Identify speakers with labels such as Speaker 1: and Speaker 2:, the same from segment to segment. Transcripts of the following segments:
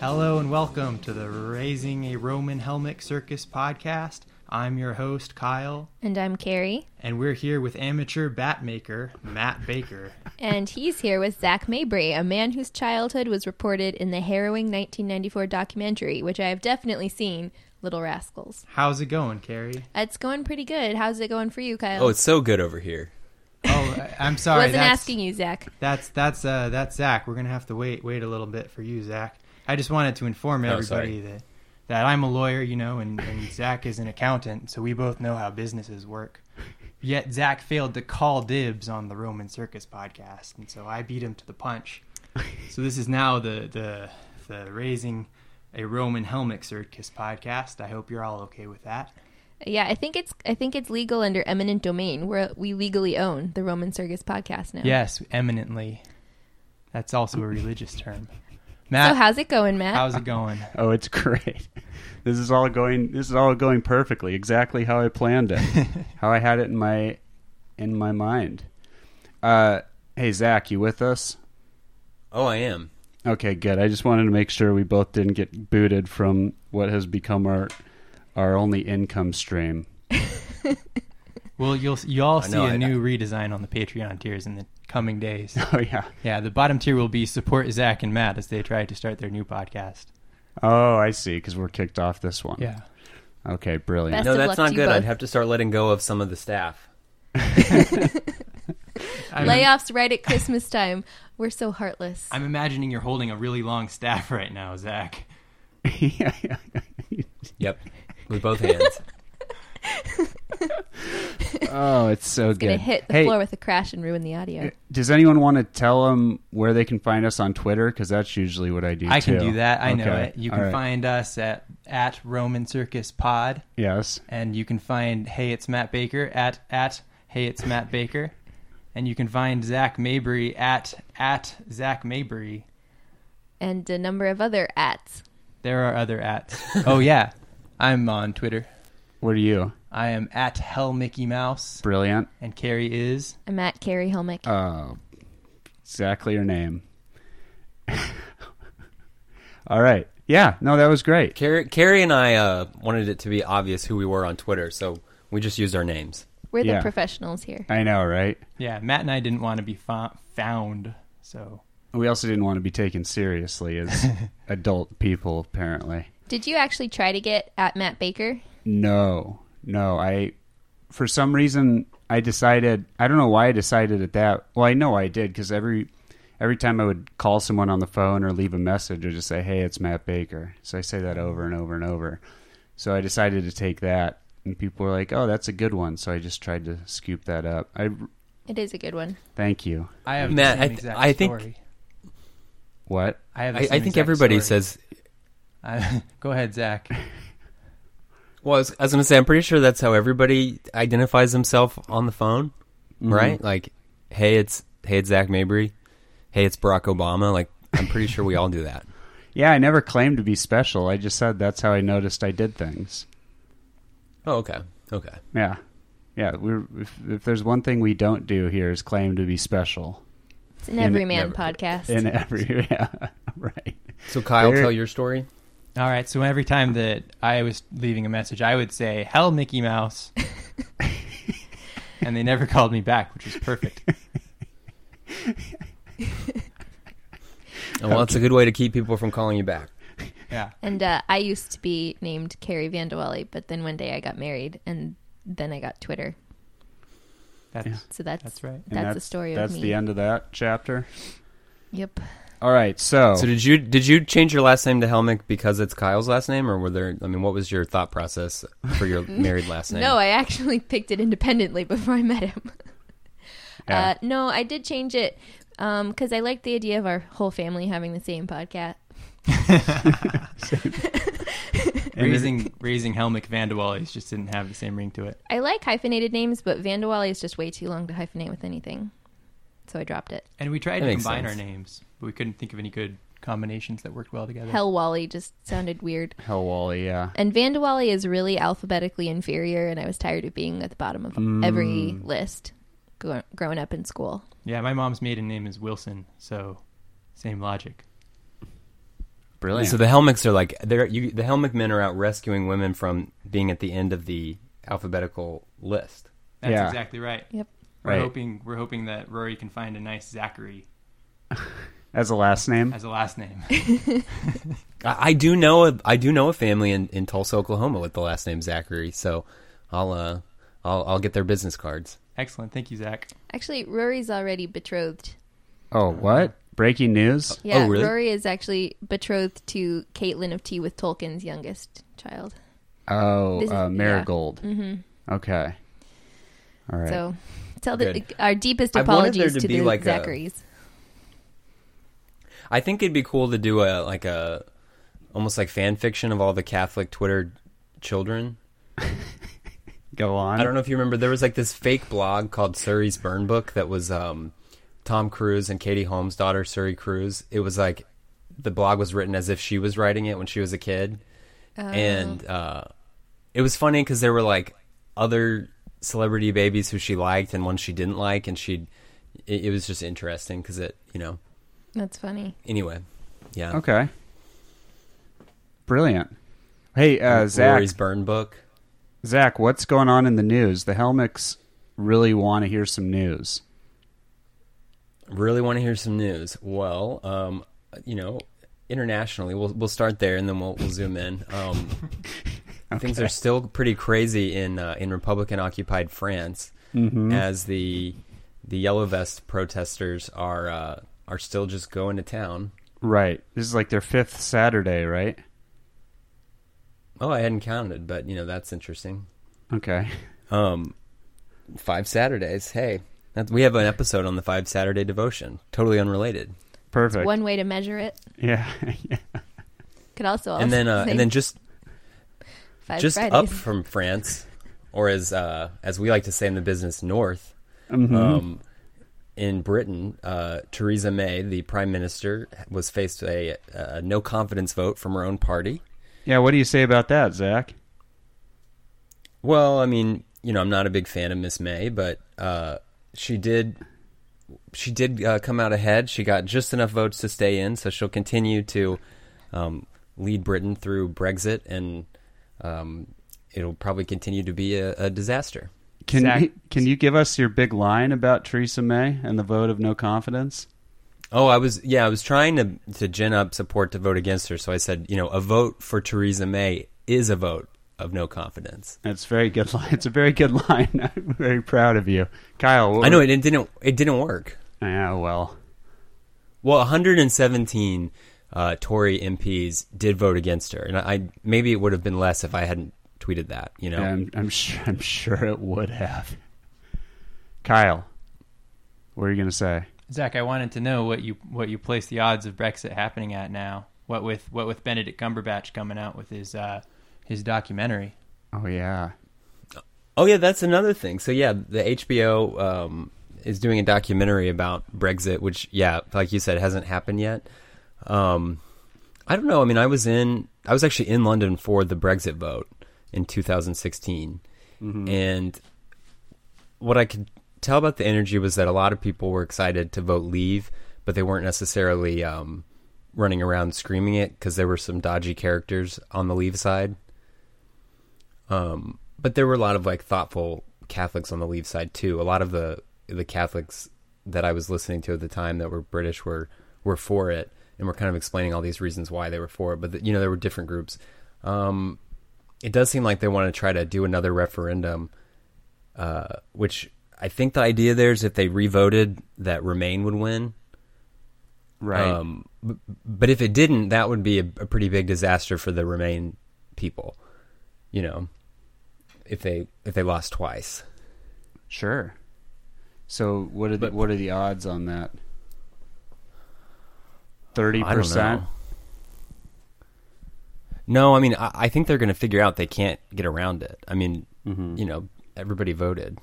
Speaker 1: Hello and welcome to the Raising a Roman Helmet Circus podcast. I'm your host, Kyle,
Speaker 2: And I'm Carrie,
Speaker 1: and we're here with amateur bat maker Matt Baker.
Speaker 2: and he's here with Zach Mabry, a man whose childhood was reported in the harrowing 1994 documentary, which I have definitely seen, Little Rascals.
Speaker 1: How's it going, Carrie?
Speaker 2: It's going pretty good. How's it going for you, Kyle?
Speaker 3: Oh, it's so good over here.
Speaker 1: Oh, I- I'm sorry.
Speaker 2: Wasn't
Speaker 1: that's,
Speaker 2: asking you, Zach.
Speaker 1: That's that's uh that's Zach. We're gonna have to wait wait a little bit for you, Zach. I just wanted to inform
Speaker 3: Oh,
Speaker 1: everybody
Speaker 3: sorry.
Speaker 1: that that I'm a lawyer, you know, and, and Zach is an accountant, so we both know how businesses work. Yet Zach failed to call dibs on the Roman Circus podcast, and so I beat him to the punch. So this is now the the the raising a Roman Helmick Circus podcast. I hope you're all okay with that.
Speaker 2: Yeah, I think it's I think it's legal under eminent domain, where we legally own the Roman Circus podcast now.
Speaker 1: Yes, eminently. That's also a religious term.
Speaker 2: So
Speaker 1: Matt,
Speaker 2: how's it going, Matt?
Speaker 1: how's it going?
Speaker 4: Oh, it's great. This is all going. This is all going perfectly. Exactly how I planned it. how I had it in my in my mind. Uh, hey Zach, you with us?
Speaker 3: Oh, I am.
Speaker 4: Okay, good. I just wanted to make sure we both didn't get booted from what has become our our only income stream.
Speaker 1: Well, you'll you all
Speaker 3: I
Speaker 1: see
Speaker 3: know,
Speaker 1: a
Speaker 3: I-
Speaker 1: new redesign on the Patreon tiers in the coming days.
Speaker 4: Oh yeah.
Speaker 1: yeah, the bottom tier will be support Zach and Matt as they try to start their new podcast.
Speaker 4: Oh, I see. Because we're kicked off this one.
Speaker 1: Yeah,
Speaker 4: Okay. Brilliant.
Speaker 2: Best
Speaker 3: no,
Speaker 2: of
Speaker 3: that's
Speaker 2: luck
Speaker 3: not
Speaker 2: to you
Speaker 3: good. I'd
Speaker 2: both.
Speaker 3: have to start letting go of some of the staff.
Speaker 1: I'm,
Speaker 2: Layoffs right at Christmas time. We're so heartless.
Speaker 1: I'm imagining you're holding a really long staff right now, Zach.
Speaker 4: yeah, yeah, yeah.
Speaker 3: Yep, with both hands.
Speaker 4: Oh, it's so good.
Speaker 2: gonna hit the
Speaker 4: hey,
Speaker 2: floor with a crash and ruin the audio.
Speaker 4: Does anyone want to tell them where they can find us on Twitter? Because that's usually what I do.
Speaker 1: I can
Speaker 4: too.
Speaker 1: do that. I know
Speaker 4: Okay.
Speaker 1: it. You
Speaker 4: All
Speaker 1: can
Speaker 4: right.
Speaker 1: find us at at Roman Circus Pod,
Speaker 4: yes.
Speaker 1: and you can find Hey It's Matt Baker at at Hey It's Matt Baker, and you can find Zach Mabry at at Zach Mabry.
Speaker 2: and a number of other ats.
Speaker 1: There are other ats. oh yeah, I'm on Twitter.
Speaker 4: What are you?
Speaker 1: I am at Hell Mickey Mouse,
Speaker 4: Brilliant.
Speaker 1: and Carrie is.
Speaker 2: I'm at Carrie Helmick.
Speaker 4: Oh, exactly your name. All right. Yeah. No, that was great.
Speaker 3: Carrie, Carrie and I uh, wanted it to be obvious who we were on Twitter, so we just used our names.
Speaker 2: We're the
Speaker 4: yeah.
Speaker 2: professionals here.
Speaker 4: I know, right?
Speaker 1: Yeah, Matt and I didn't want to be fo- found, so
Speaker 4: We also didn't want to be taken seriously as adult people, apparently.
Speaker 2: Did you actually try to get at Matt Baker?
Speaker 4: No, no. I, for some reason, I decided. I don't know why I decided at that. Well, I know I did because every every time I would call someone on the phone or leave a message or just say, "Hey, it's Matt Baker," so I say that over and over and over. So I decided to take that, and people were like, "Oh, that's a good one." So I just tried to scoop that up. I
Speaker 2: It is a good one.
Speaker 4: thank you.
Speaker 1: I have
Speaker 3: Matt,
Speaker 1: the same
Speaker 3: I th-
Speaker 1: exact
Speaker 3: I think-
Speaker 1: story.
Speaker 4: What?
Speaker 1: I have. the
Speaker 3: I, I
Speaker 1: same
Speaker 3: think
Speaker 1: exact
Speaker 3: everybody
Speaker 1: story.
Speaker 3: says.
Speaker 1: I- go ahead, Zach.
Speaker 3: Well, I was, I was going to say, I'm pretty sure that's how everybody identifies themselves on the phone,
Speaker 1: Mm-hmm.
Speaker 3: right? Like, hey, it's hey, it's Zach Mabry. Hey, it's Barack Obama. Like, I'm pretty sure we all do that.
Speaker 4: Yeah, I never claimed to be special. I just said that's how I noticed I did things.
Speaker 3: Oh, okay, okay.
Speaker 4: Yeah, yeah. We're if, if there's one thing we don't do here is claim to be special.
Speaker 2: It's an everyman
Speaker 3: never-
Speaker 2: podcast.
Speaker 4: in every yeah right
Speaker 3: So, Kyle,
Speaker 4: There-
Speaker 3: tell your story.
Speaker 1: All right, so every time that I was leaving a message, I would say "Hell Mickey Mouse," and they never called me back, which was perfect.
Speaker 3: Oh, well, it's a good way to keep people from calling you back.
Speaker 1: Yeah,
Speaker 2: and uh, I used to be named Carrie Vandewale, but then one day I got married, and then I got Twitter.
Speaker 1: that's
Speaker 2: So that's
Speaker 1: that's right.
Speaker 2: that's, the story
Speaker 4: that's
Speaker 2: of me.
Speaker 4: the end of that chapter
Speaker 2: Yep.
Speaker 4: all right so,
Speaker 3: So did you did you change your last name to Helmick because it's Kyle's last name, or were there? I mean, what was your thought process for your married last name?
Speaker 2: No, I actually picked it independently before I met him.
Speaker 4: yeah.
Speaker 2: Uh, no, I did change it because I liked the idea of our whole family having the same podcast.
Speaker 4: And
Speaker 1: Raising raising Helmick Vandewallis just didn't have the same ring to it.
Speaker 2: I like hyphenated names, but Vandewale is just way too long to hyphenate with anything. So I dropped it.
Speaker 1: And we tried
Speaker 3: That
Speaker 1: to
Speaker 3: makes
Speaker 1: combine
Speaker 3: sense.
Speaker 1: our names, but we couldn't think of any good combinations that worked well together.
Speaker 2: Hell Wally just sounded weird.
Speaker 4: hell wally yeah
Speaker 2: And Vandewale is really alphabetically inferior, and I was tired of being at the bottom of every
Speaker 3: Mm.
Speaker 2: list go- growing up in school.
Speaker 1: Yeah, my mom's maiden name is Wilson, so same logic.
Speaker 4: brilliant.
Speaker 3: So the Helmics are like they're you, the Helmic men are out rescuing women from being at the end of the alphabetical list.
Speaker 1: That's
Speaker 4: Yeah.
Speaker 1: exactly right.
Speaker 2: Yep.
Speaker 1: We're
Speaker 4: Right.
Speaker 1: hoping we're hoping that Rory can find a nice Zachary
Speaker 4: As a last name,
Speaker 1: as a last name.
Speaker 3: I, I do know a, I do know a family in, in Tulsa, Oklahoma, with the last name Zachary. So I'll uh I'll I'll get their business cards.
Speaker 1: Excellent. Thank you, Zach.
Speaker 2: Actually, Rory's already betrothed.
Speaker 4: oh what? Breaking news.
Speaker 2: Yeah,
Speaker 3: Oh, really?
Speaker 2: Rory is actually betrothed to Caitlin of Tea with Tolkien's youngest child.
Speaker 4: Oh,
Speaker 2: This is- yeah. Mm-hmm.
Speaker 4: uh, Marigold. Okay. All right.
Speaker 2: So, tell the, uh,
Speaker 3: Good.
Speaker 2: our deepest
Speaker 3: I wanted there
Speaker 2: apologies
Speaker 3: to
Speaker 2: to,
Speaker 3: be
Speaker 2: the
Speaker 3: like a-
Speaker 2: Zacharys.
Speaker 3: I think it'd be cool to do a like a almost like fan fiction of all the Catholic Twitter children.
Speaker 4: Go on.
Speaker 3: I don't know if you remember there was like this fake blog called Surrey's Burn Book that was um Tom Cruise and Katie Holmes' daughter Surrey Cruise. It was like the blog was written as if she was writing it when she was a kid. And uh it was funny because there were like other celebrity babies who she liked and ones she didn't like, and she. It, it was just interesting because it, you know.
Speaker 2: That's funny.
Speaker 3: Anyway, yeah.
Speaker 4: Okay. Brilliant. Hey, uh, Zach.
Speaker 3: Rory's burn book.
Speaker 4: Zach, what's going on in the news? The Helmics really want to hear some news.
Speaker 3: Really want to hear some news. Well, um, you know, internationally, we'll we'll start there and then we'll we'll zoom in. Um, Things are still pretty crazy in uh, in Republican occupied France as the the yellow vest protesters are uh, are still just going to town.
Speaker 4: Right. This is like their fifth Saturday, right?
Speaker 3: Oh, I hadn't counted, but you know that's interesting.
Speaker 4: Okay.
Speaker 3: Um, five Saturdays. Hey, that's, we have an episode on the five Saturday devotion. Totally unrelated.
Speaker 4: Perfect.
Speaker 2: One way to measure it
Speaker 4: Yeah. yeah.
Speaker 2: could also
Speaker 3: and then uh, and then just
Speaker 2: five
Speaker 3: just
Speaker 2: Fridays.
Speaker 3: up from France, or as uh, as we like to say in the business, north. Um, in Britain, uh, Theresa May, the prime minister, was faced with a, a no confidence vote from her own party.
Speaker 4: Yeah. What do you say about that, Zach?
Speaker 3: Well, I mean, you know, I'm not a big fan of Miss May, but uh, she did she did uh, come out ahead. She got just enough votes to stay in, so she'll continue to um, lead Britain through Brexit, and um, it'll probably continue to be a, a disaster.
Speaker 4: Can
Speaker 1: Zach-
Speaker 4: you, can you give us your big line about Theresa May and the vote of no confidence?
Speaker 3: Oh, I was yeah, I was trying to to gin up support to vote against her. So I said, you know, a vote for Theresa May is a vote of no confidence.
Speaker 4: It's very good line. It's a very good line. I'm very proud of you, Kyle. What
Speaker 3: I know it, it didn't it didn't work.
Speaker 4: Yeah. Well.
Speaker 3: Well, 117 uh, Tory MPs did vote against her, and I maybe it would have been less if I hadn't tweeted that. You know,
Speaker 4: Yeah, I'm, I'm sure. I'm sure it would have. Kyle, what are you going to say?
Speaker 1: Zach, I wanted to know what you what you place the odds of Brexit happening at now. What with what with Benedict Cumberbatch coming out with his uh, his documentary.
Speaker 4: Oh yeah,
Speaker 3: Oh yeah, that's another thing. So yeah, the HBO um, is doing a documentary about Brexit, which yeah, like you said, hasn't happened yet. Um, I don't know. I mean, I was in, I was actually in London for the Brexit vote in 2016, and what I could tell about the energy was that a lot of people were excited to vote leave, but they weren't necessarily um, running around screaming it because there were some dodgy characters on the leave side. Um, but there were a lot of like thoughtful Catholics on the leave side too. A lot of the the Catholics that I was listening to at the time that were British were were for it and were kind of explaining all these reasons why they were for it. But you know, there were different groups. Um, it does seem like they want to try to do another referendum, uh, which I think the idea there is if they revoted that Remain would win.
Speaker 4: right.
Speaker 3: Um, b- but if it didn't, that would be a, a pretty big disaster for the Remain people. You know, if they if they lost twice,
Speaker 4: sure. So what are the,
Speaker 3: But-
Speaker 4: what are the odds on that? Thirty
Speaker 3: I don't
Speaker 4: percent.
Speaker 3: know. No, I mean, I, I think they're going to figure out they can't get around it. I mean,
Speaker 4: Mm-hmm.
Speaker 3: you know, everybody voted,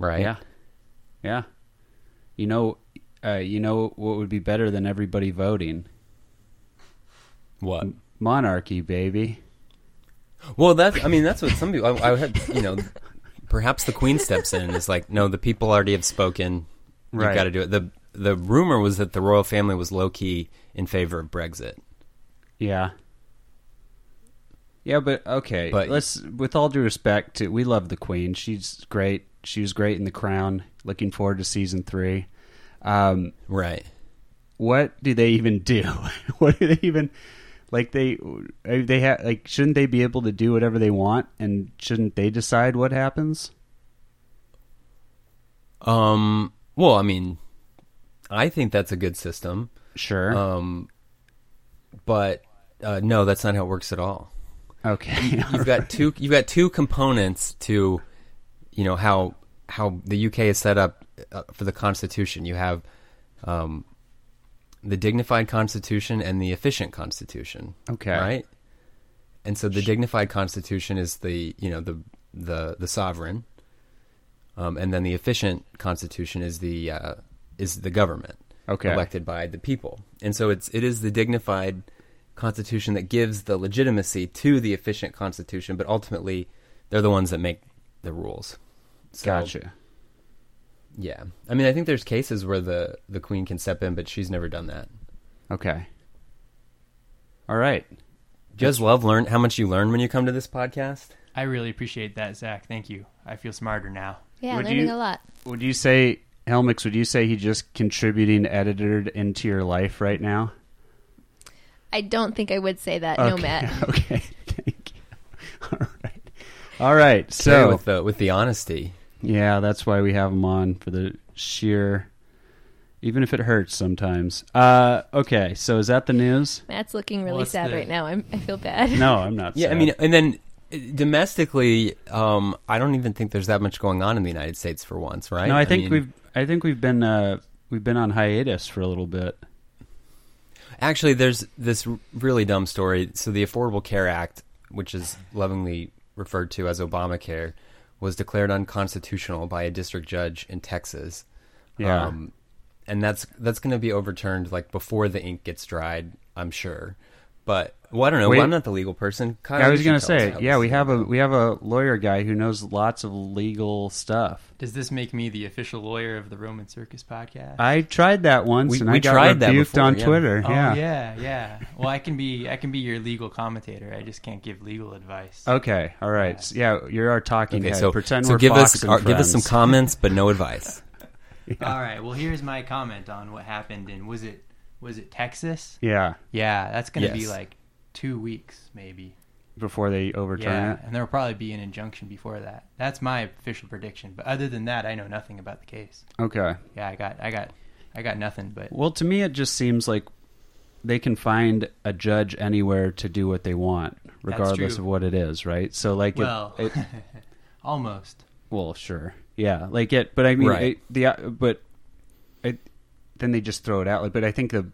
Speaker 3: right?
Speaker 4: Yeah, yeah. You know, uh, you know what would be better than everybody voting?
Speaker 3: What?
Speaker 4: Monarchy, baby.
Speaker 3: Well, that's. I mean, that's what some people. I, I had, you know, perhaps the Queen steps in and is like, no, the people already have spoken.
Speaker 4: Right.
Speaker 3: You've got to do it. The the rumor was that the royal family was low key in favor of Brexit.
Speaker 4: Yeah. Yeah, but okay.
Speaker 3: But-
Speaker 4: let's with all due respect to we love the Queen. She's great. She was great in the crown. Looking forward to season three. Um,
Speaker 3: Right.
Speaker 4: what do they even do? what do they even like they uh, they ha- like shouldn't they be able to do whatever they want and shouldn't they decide what happens?
Speaker 3: Um. Well, I mean, I think that's a good system.
Speaker 4: Sure.
Speaker 3: Um. But uh, no, that's not how it works at all.
Speaker 4: okay.
Speaker 3: You've got two. You've got two components to, you know how how the UK is set up uh, for the Constitution. You have, um, the dignified Constitution and the efficient Constitution.
Speaker 4: Okay.
Speaker 3: Right. And so the dignified Constitution is the you know the the the sovereign, um, and then the efficient Constitution is the uh, is the government
Speaker 4: Okay.
Speaker 3: elected by the people. And so it's it is the dignified constitution that gives the legitimacy to the efficient constitution, but ultimately they're the ones that make the rules. So,
Speaker 4: gotcha.
Speaker 3: Yeah. I mean, I think there's cases where the the queen can step in, but she's never done that.
Speaker 4: Okay. All right.
Speaker 3: Do you guys love learn how much you learn when you come to this podcast?
Speaker 1: I really appreciate that, Zach. Thank you. I feel smarter now.
Speaker 2: Yeah,
Speaker 4: Would
Speaker 2: learning
Speaker 4: you-
Speaker 2: a lot.
Speaker 4: Would you say Helmix? Would you say he just contributing edited into your life right now?
Speaker 2: I don't think I would say that, no,
Speaker 4: Okay.
Speaker 2: Matt.
Speaker 4: Okay. Thank you. All right. All right.
Speaker 3: Carry
Speaker 4: So
Speaker 3: with the with the honesty.
Speaker 4: yeah, that's why we have him on for the sheer, even if it hurts sometimes. Uh, okay. So is that the news?
Speaker 2: Matt's looking really
Speaker 1: Well, that's
Speaker 2: sad
Speaker 1: the-
Speaker 2: right now. I'm, I feel bad.
Speaker 4: No, I'm not.
Speaker 3: Yeah, I
Speaker 4: sad.
Speaker 3: mean, and then uh, domestically, um, I don't even think there's that much going on in the United States for once, right?
Speaker 4: no, I think
Speaker 3: mean-
Speaker 4: we've I think we've been uh, we've been on hiatus for a little bit.
Speaker 3: Actually, there's this r- really dumb story. So the Affordable Care Act, which is lovingly referred to as Obamacare, was declared unconstitutional by a district judge in Texas. Um,
Speaker 4: Yeah.
Speaker 3: and that's that's going to be overturned like before the ink gets dried, I'm sure. But well, I don't know.
Speaker 4: Wait.
Speaker 3: I'm not the legal person. Kyle,
Speaker 4: Yeah, I
Speaker 3: you
Speaker 4: was
Speaker 3: should
Speaker 4: gonna
Speaker 3: tell us
Speaker 4: say,
Speaker 3: how
Speaker 4: yeah,
Speaker 3: this
Speaker 4: we
Speaker 3: is.
Speaker 4: have a we have a lawyer guy who knows lots of legal stuff.
Speaker 1: Does this make me the official lawyer of the Roman Circus podcast?
Speaker 4: I tried that once,
Speaker 3: We-
Speaker 4: and
Speaker 3: we
Speaker 4: I got
Speaker 3: tried that
Speaker 4: rebuked
Speaker 3: before,
Speaker 4: on
Speaker 3: yeah.
Speaker 4: Twitter.
Speaker 1: Oh
Speaker 4: yeah.
Speaker 1: yeah. yeah, Well, I can be I can be your legal commentator. I just can't give legal advice.
Speaker 4: Okay. All right. S- yeah, you're our talking
Speaker 3: Okay,
Speaker 4: head.
Speaker 3: so
Speaker 4: Pretend
Speaker 3: so
Speaker 4: we're
Speaker 3: give
Speaker 4: Fox
Speaker 3: us
Speaker 4: and
Speaker 3: our- give us some
Speaker 4: Friends.
Speaker 3: comments, but no advice.
Speaker 1: All right. Well, here's my comment on what happened in was it was it Texas?
Speaker 4: yeah,
Speaker 1: Yeah, that's going to be
Speaker 3: Yes.
Speaker 1: like 2 weeks maybe.
Speaker 4: before they overturn
Speaker 1: yeah,
Speaker 4: it.
Speaker 1: and there'll probably be an injunction before that. That's my official prediction. But other than that, I know nothing about the case.
Speaker 4: Okay.
Speaker 1: Yeah, I got I got I got nothing but
Speaker 4: Well, to me, it just seems like they can find a judge anywhere to do what they want, regardless
Speaker 1: true.
Speaker 4: of what it is, right? So, like, it-
Speaker 1: well,
Speaker 4: it,
Speaker 1: almost.
Speaker 4: Well, sure. Yeah, like it, but I mean,
Speaker 3: Right.
Speaker 4: it, the uh, but it, then they just throw it out. Like, but I think the,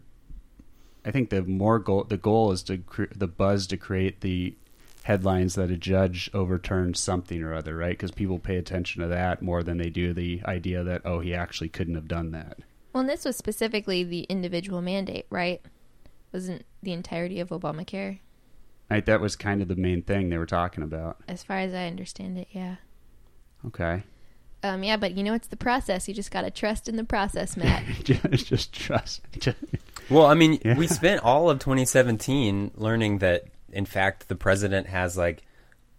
Speaker 4: I think the more goal, the goal is to cre- the buzz to create the headlines that a judge overturned something or other, right? Because people pay attention to that more than they do the idea that oh, he actually couldn't have done that.
Speaker 2: Well, and this was specifically the individual mandate, right? Wasn't the entirety of Obamacare,
Speaker 4: Right, that was kind of the main thing they were talking about.
Speaker 2: as far as I understand it, yeah.
Speaker 4: Okay,
Speaker 2: Um, yeah, but you know, it's the process. You just got to trust in the process, Matt.
Speaker 4: just, just trust.
Speaker 3: Well, I mean,
Speaker 4: Yeah.
Speaker 3: we spent all of 2017 learning that, in fact, the president has like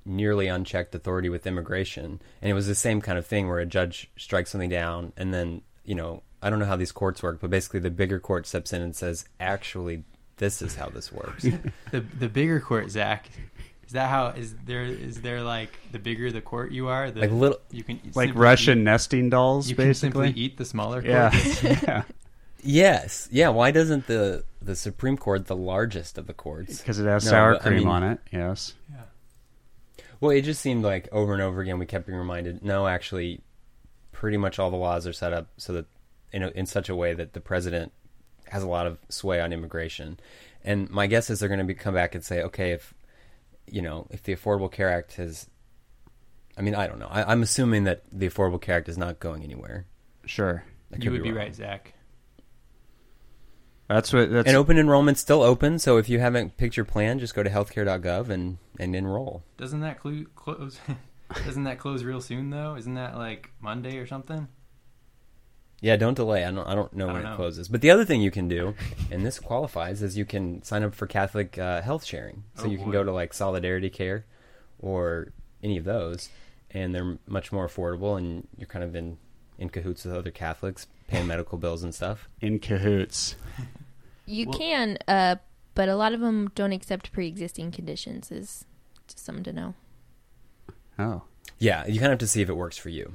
Speaker 3: nearly unchecked authority with immigration, and it was the same kind of thing where a judge strikes something down, and then you know, I don't know how these courts work, but basically the bigger court steps in and says, actually, this is how this works.
Speaker 1: The the bigger court, Zach. Is that how is there is there like the bigger the court you are, the
Speaker 3: Like little-
Speaker 1: you can
Speaker 4: like
Speaker 1: simply
Speaker 4: Russian
Speaker 1: eat-
Speaker 4: nesting dolls,
Speaker 1: you can
Speaker 4: basically.
Speaker 1: simply eat the smaller court.
Speaker 4: yeah, yeah.
Speaker 3: yes, yeah. Why doesn't the the Supreme Court, the largest of the courts,
Speaker 4: Because it has
Speaker 3: No,
Speaker 4: sour
Speaker 3: but, I
Speaker 4: cream
Speaker 3: mean-
Speaker 4: on it. Yes.
Speaker 3: Well, it just seemed like over and over again we kept being reminded. No, actually, pretty much all the laws are set up so that in a, in such a way that the president has a lot of sway on immigration. And my guess is they're going to be come back and say, okay, if you know, if the Affordable Care Act has, I mean, I don't know. I, I'm assuming that the Affordable Care Act is not going anywhere.
Speaker 4: Sure.
Speaker 3: I
Speaker 1: You
Speaker 3: could
Speaker 1: would be
Speaker 3: wrong.
Speaker 1: right, Zach.
Speaker 4: That's what. That's
Speaker 3: And open enrollment's still open, so if you haven't picked your plan, just go to healthcare.gov and and enroll.
Speaker 1: Doesn't that clu- close? doesn't that close real soon though? Isn't that like Monday or something?
Speaker 3: Yeah, don't delay. I don't. I don't know when
Speaker 1: don't
Speaker 3: it
Speaker 1: know.
Speaker 3: closes. But the other thing you can do, and this qualifies, is you can sign up for Catholic uh, health sharing. So
Speaker 1: Oh,
Speaker 3: you can
Speaker 1: boy.
Speaker 3: go to like Solidarity Care, or any of those, and they're much more affordable. And you're kind of in in cahoots with other Catholics, paying medical bills and stuff.
Speaker 4: in cahoots.
Speaker 2: You
Speaker 1: Well-
Speaker 2: can, uh, but a lot of them don't accept pre-existing conditions. Is just something to know.
Speaker 4: Oh,
Speaker 3: Yeah, you kind of have to see if it works for you.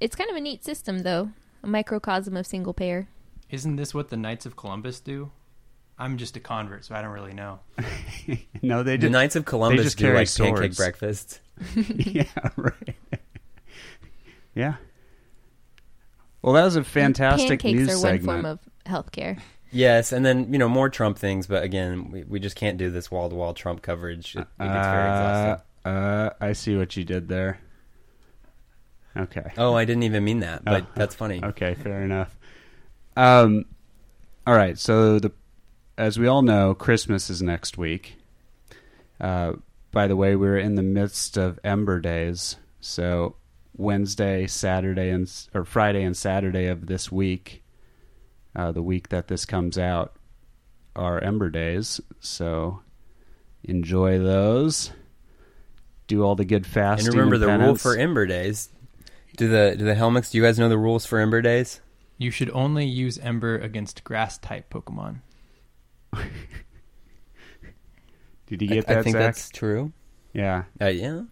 Speaker 2: It's kind of a neat system, though. A microcosm of single payer.
Speaker 1: Isn't this what the Knights of Columbus do? I'm just a convert, so I don't really know.
Speaker 4: no, they
Speaker 3: the
Speaker 4: didn't.
Speaker 3: Knights of Columbus
Speaker 4: just
Speaker 3: do
Speaker 4: carry
Speaker 3: like pancake
Speaker 4: swords.
Speaker 3: breakfasts.
Speaker 4: yeah, right. yeah. Well, that was a fantastic
Speaker 2: Pancakes
Speaker 4: news
Speaker 2: are one
Speaker 4: segment.
Speaker 2: form of healthcare.
Speaker 3: Yes, and then you know more Trump things, but again, we, we just can't do this wall to wall Trump coverage. It, it gets very
Speaker 4: uh,
Speaker 3: exhausting.
Speaker 4: uh, I see what you did there. Okay.
Speaker 3: Oh, I didn't even mean that, but
Speaker 4: Oh.
Speaker 3: that's funny.
Speaker 4: Okay, fair enough. Um, all right. So the as we all know, Christmas is next week. Uh, by the way, we're in the midst of Ember Days, so Wednesday, Saturday, and s- or Friday and Saturday of this week, uh, the week that this comes out, are Ember Days. So enjoy those. Do all the good
Speaker 3: And
Speaker 4: fasting.
Speaker 3: remember the rule
Speaker 4: penance.
Speaker 3: for Ember Days. Do the do the Helmets? Do you guys know the rules for Ember Days?
Speaker 1: You should only use Ember against grass type Pokemon.
Speaker 4: Did you
Speaker 3: I-
Speaker 4: get
Speaker 3: I,
Speaker 4: that,
Speaker 3: think
Speaker 4: Zach?
Speaker 3: that's true.
Speaker 4: Yeah,
Speaker 3: Uh, yeah,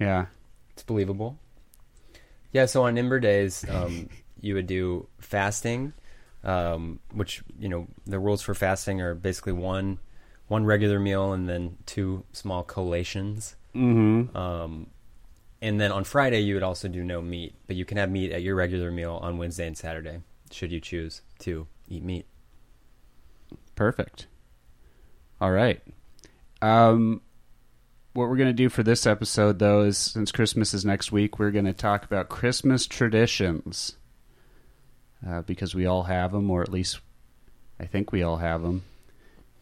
Speaker 4: yeah.
Speaker 3: it's believable. Yeah, so on Ember Days, um, you would do fasting, um, which you know the rules for fasting are basically one one regular meal and then two small collations.
Speaker 4: Mm-hmm.
Speaker 3: Um, and then on Friday, you would also do no meat, but you can have meat at your regular meal on Wednesday and Saturday, should you choose to eat meat.
Speaker 4: Perfect. All right. Um, what we're going to do for this episode, though, is since Christmas is next week, we're going to talk about Christmas traditions uh, because we all have them, or at least I think we all have them.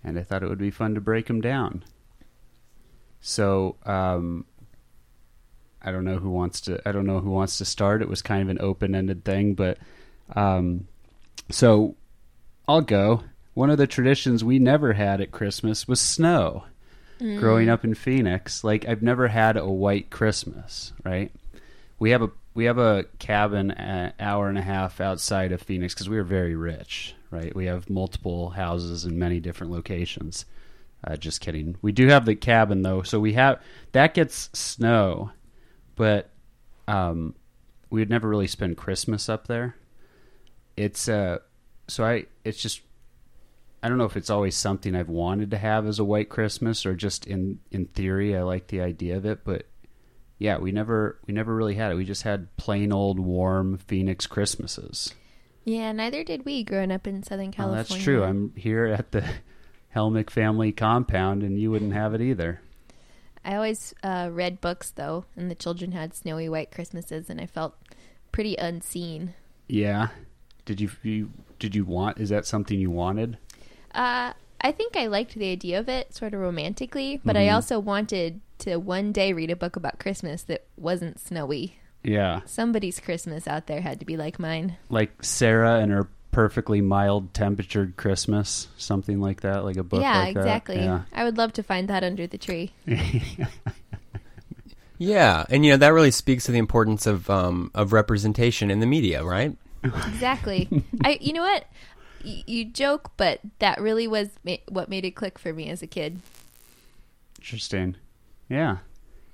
Speaker 4: And I thought it would be fun to break them down. So um, I don't know who wants to. I don't know who wants to start. It was kind of an open-ended thing, but um, so I'll go. One of the traditions we never had at Christmas was snow. Growing up in Phoenix, like I've never had a white Christmas, right? We have a we have a cabin an hour and a half outside of Phoenix because we are very rich, right? We have multiple houses in many different locations. Uh, just kidding. We do have the cabin though, so we have that gets snow, but um, we would never really spend Christmas up there it's uh so i it's just i don't know if it's always something i've wanted to have as a white christmas or just in in theory i like the idea of it but yeah we never we never really had it we just had plain old warm phoenix christmases
Speaker 2: Yeah, neither did we growing up in Southern
Speaker 4: Well,
Speaker 2: California.
Speaker 4: that's true i'm here at the helmick family compound and you wouldn't have it either
Speaker 2: I always uh, read books though, and the children had snowy white Christmases, and I felt pretty unseen.
Speaker 4: yeah did you, you did you want is that something you wanted
Speaker 2: Uh, I think I liked the idea of it, sort of romantically, but
Speaker 4: Mm-hmm.
Speaker 2: I also wanted to one day read a book about Christmas that wasn't snowy.
Speaker 4: yeah
Speaker 2: Somebody's Christmas out there had to be like mine.
Speaker 4: like Sarah and her perfectly mild temperatured Christmas, something like that, like a book.
Speaker 2: yeah,
Speaker 4: like that.
Speaker 2: exactly.
Speaker 4: Yeah.
Speaker 2: I would love to find that under the tree.
Speaker 3: Yeah, and you know that really speaks to the importance of um, of representation in the media, right?
Speaker 2: Exactly. I. You know what? Y- you joke, but that really was ma- what made it click for me as a kid.
Speaker 4: Interesting. Yeah,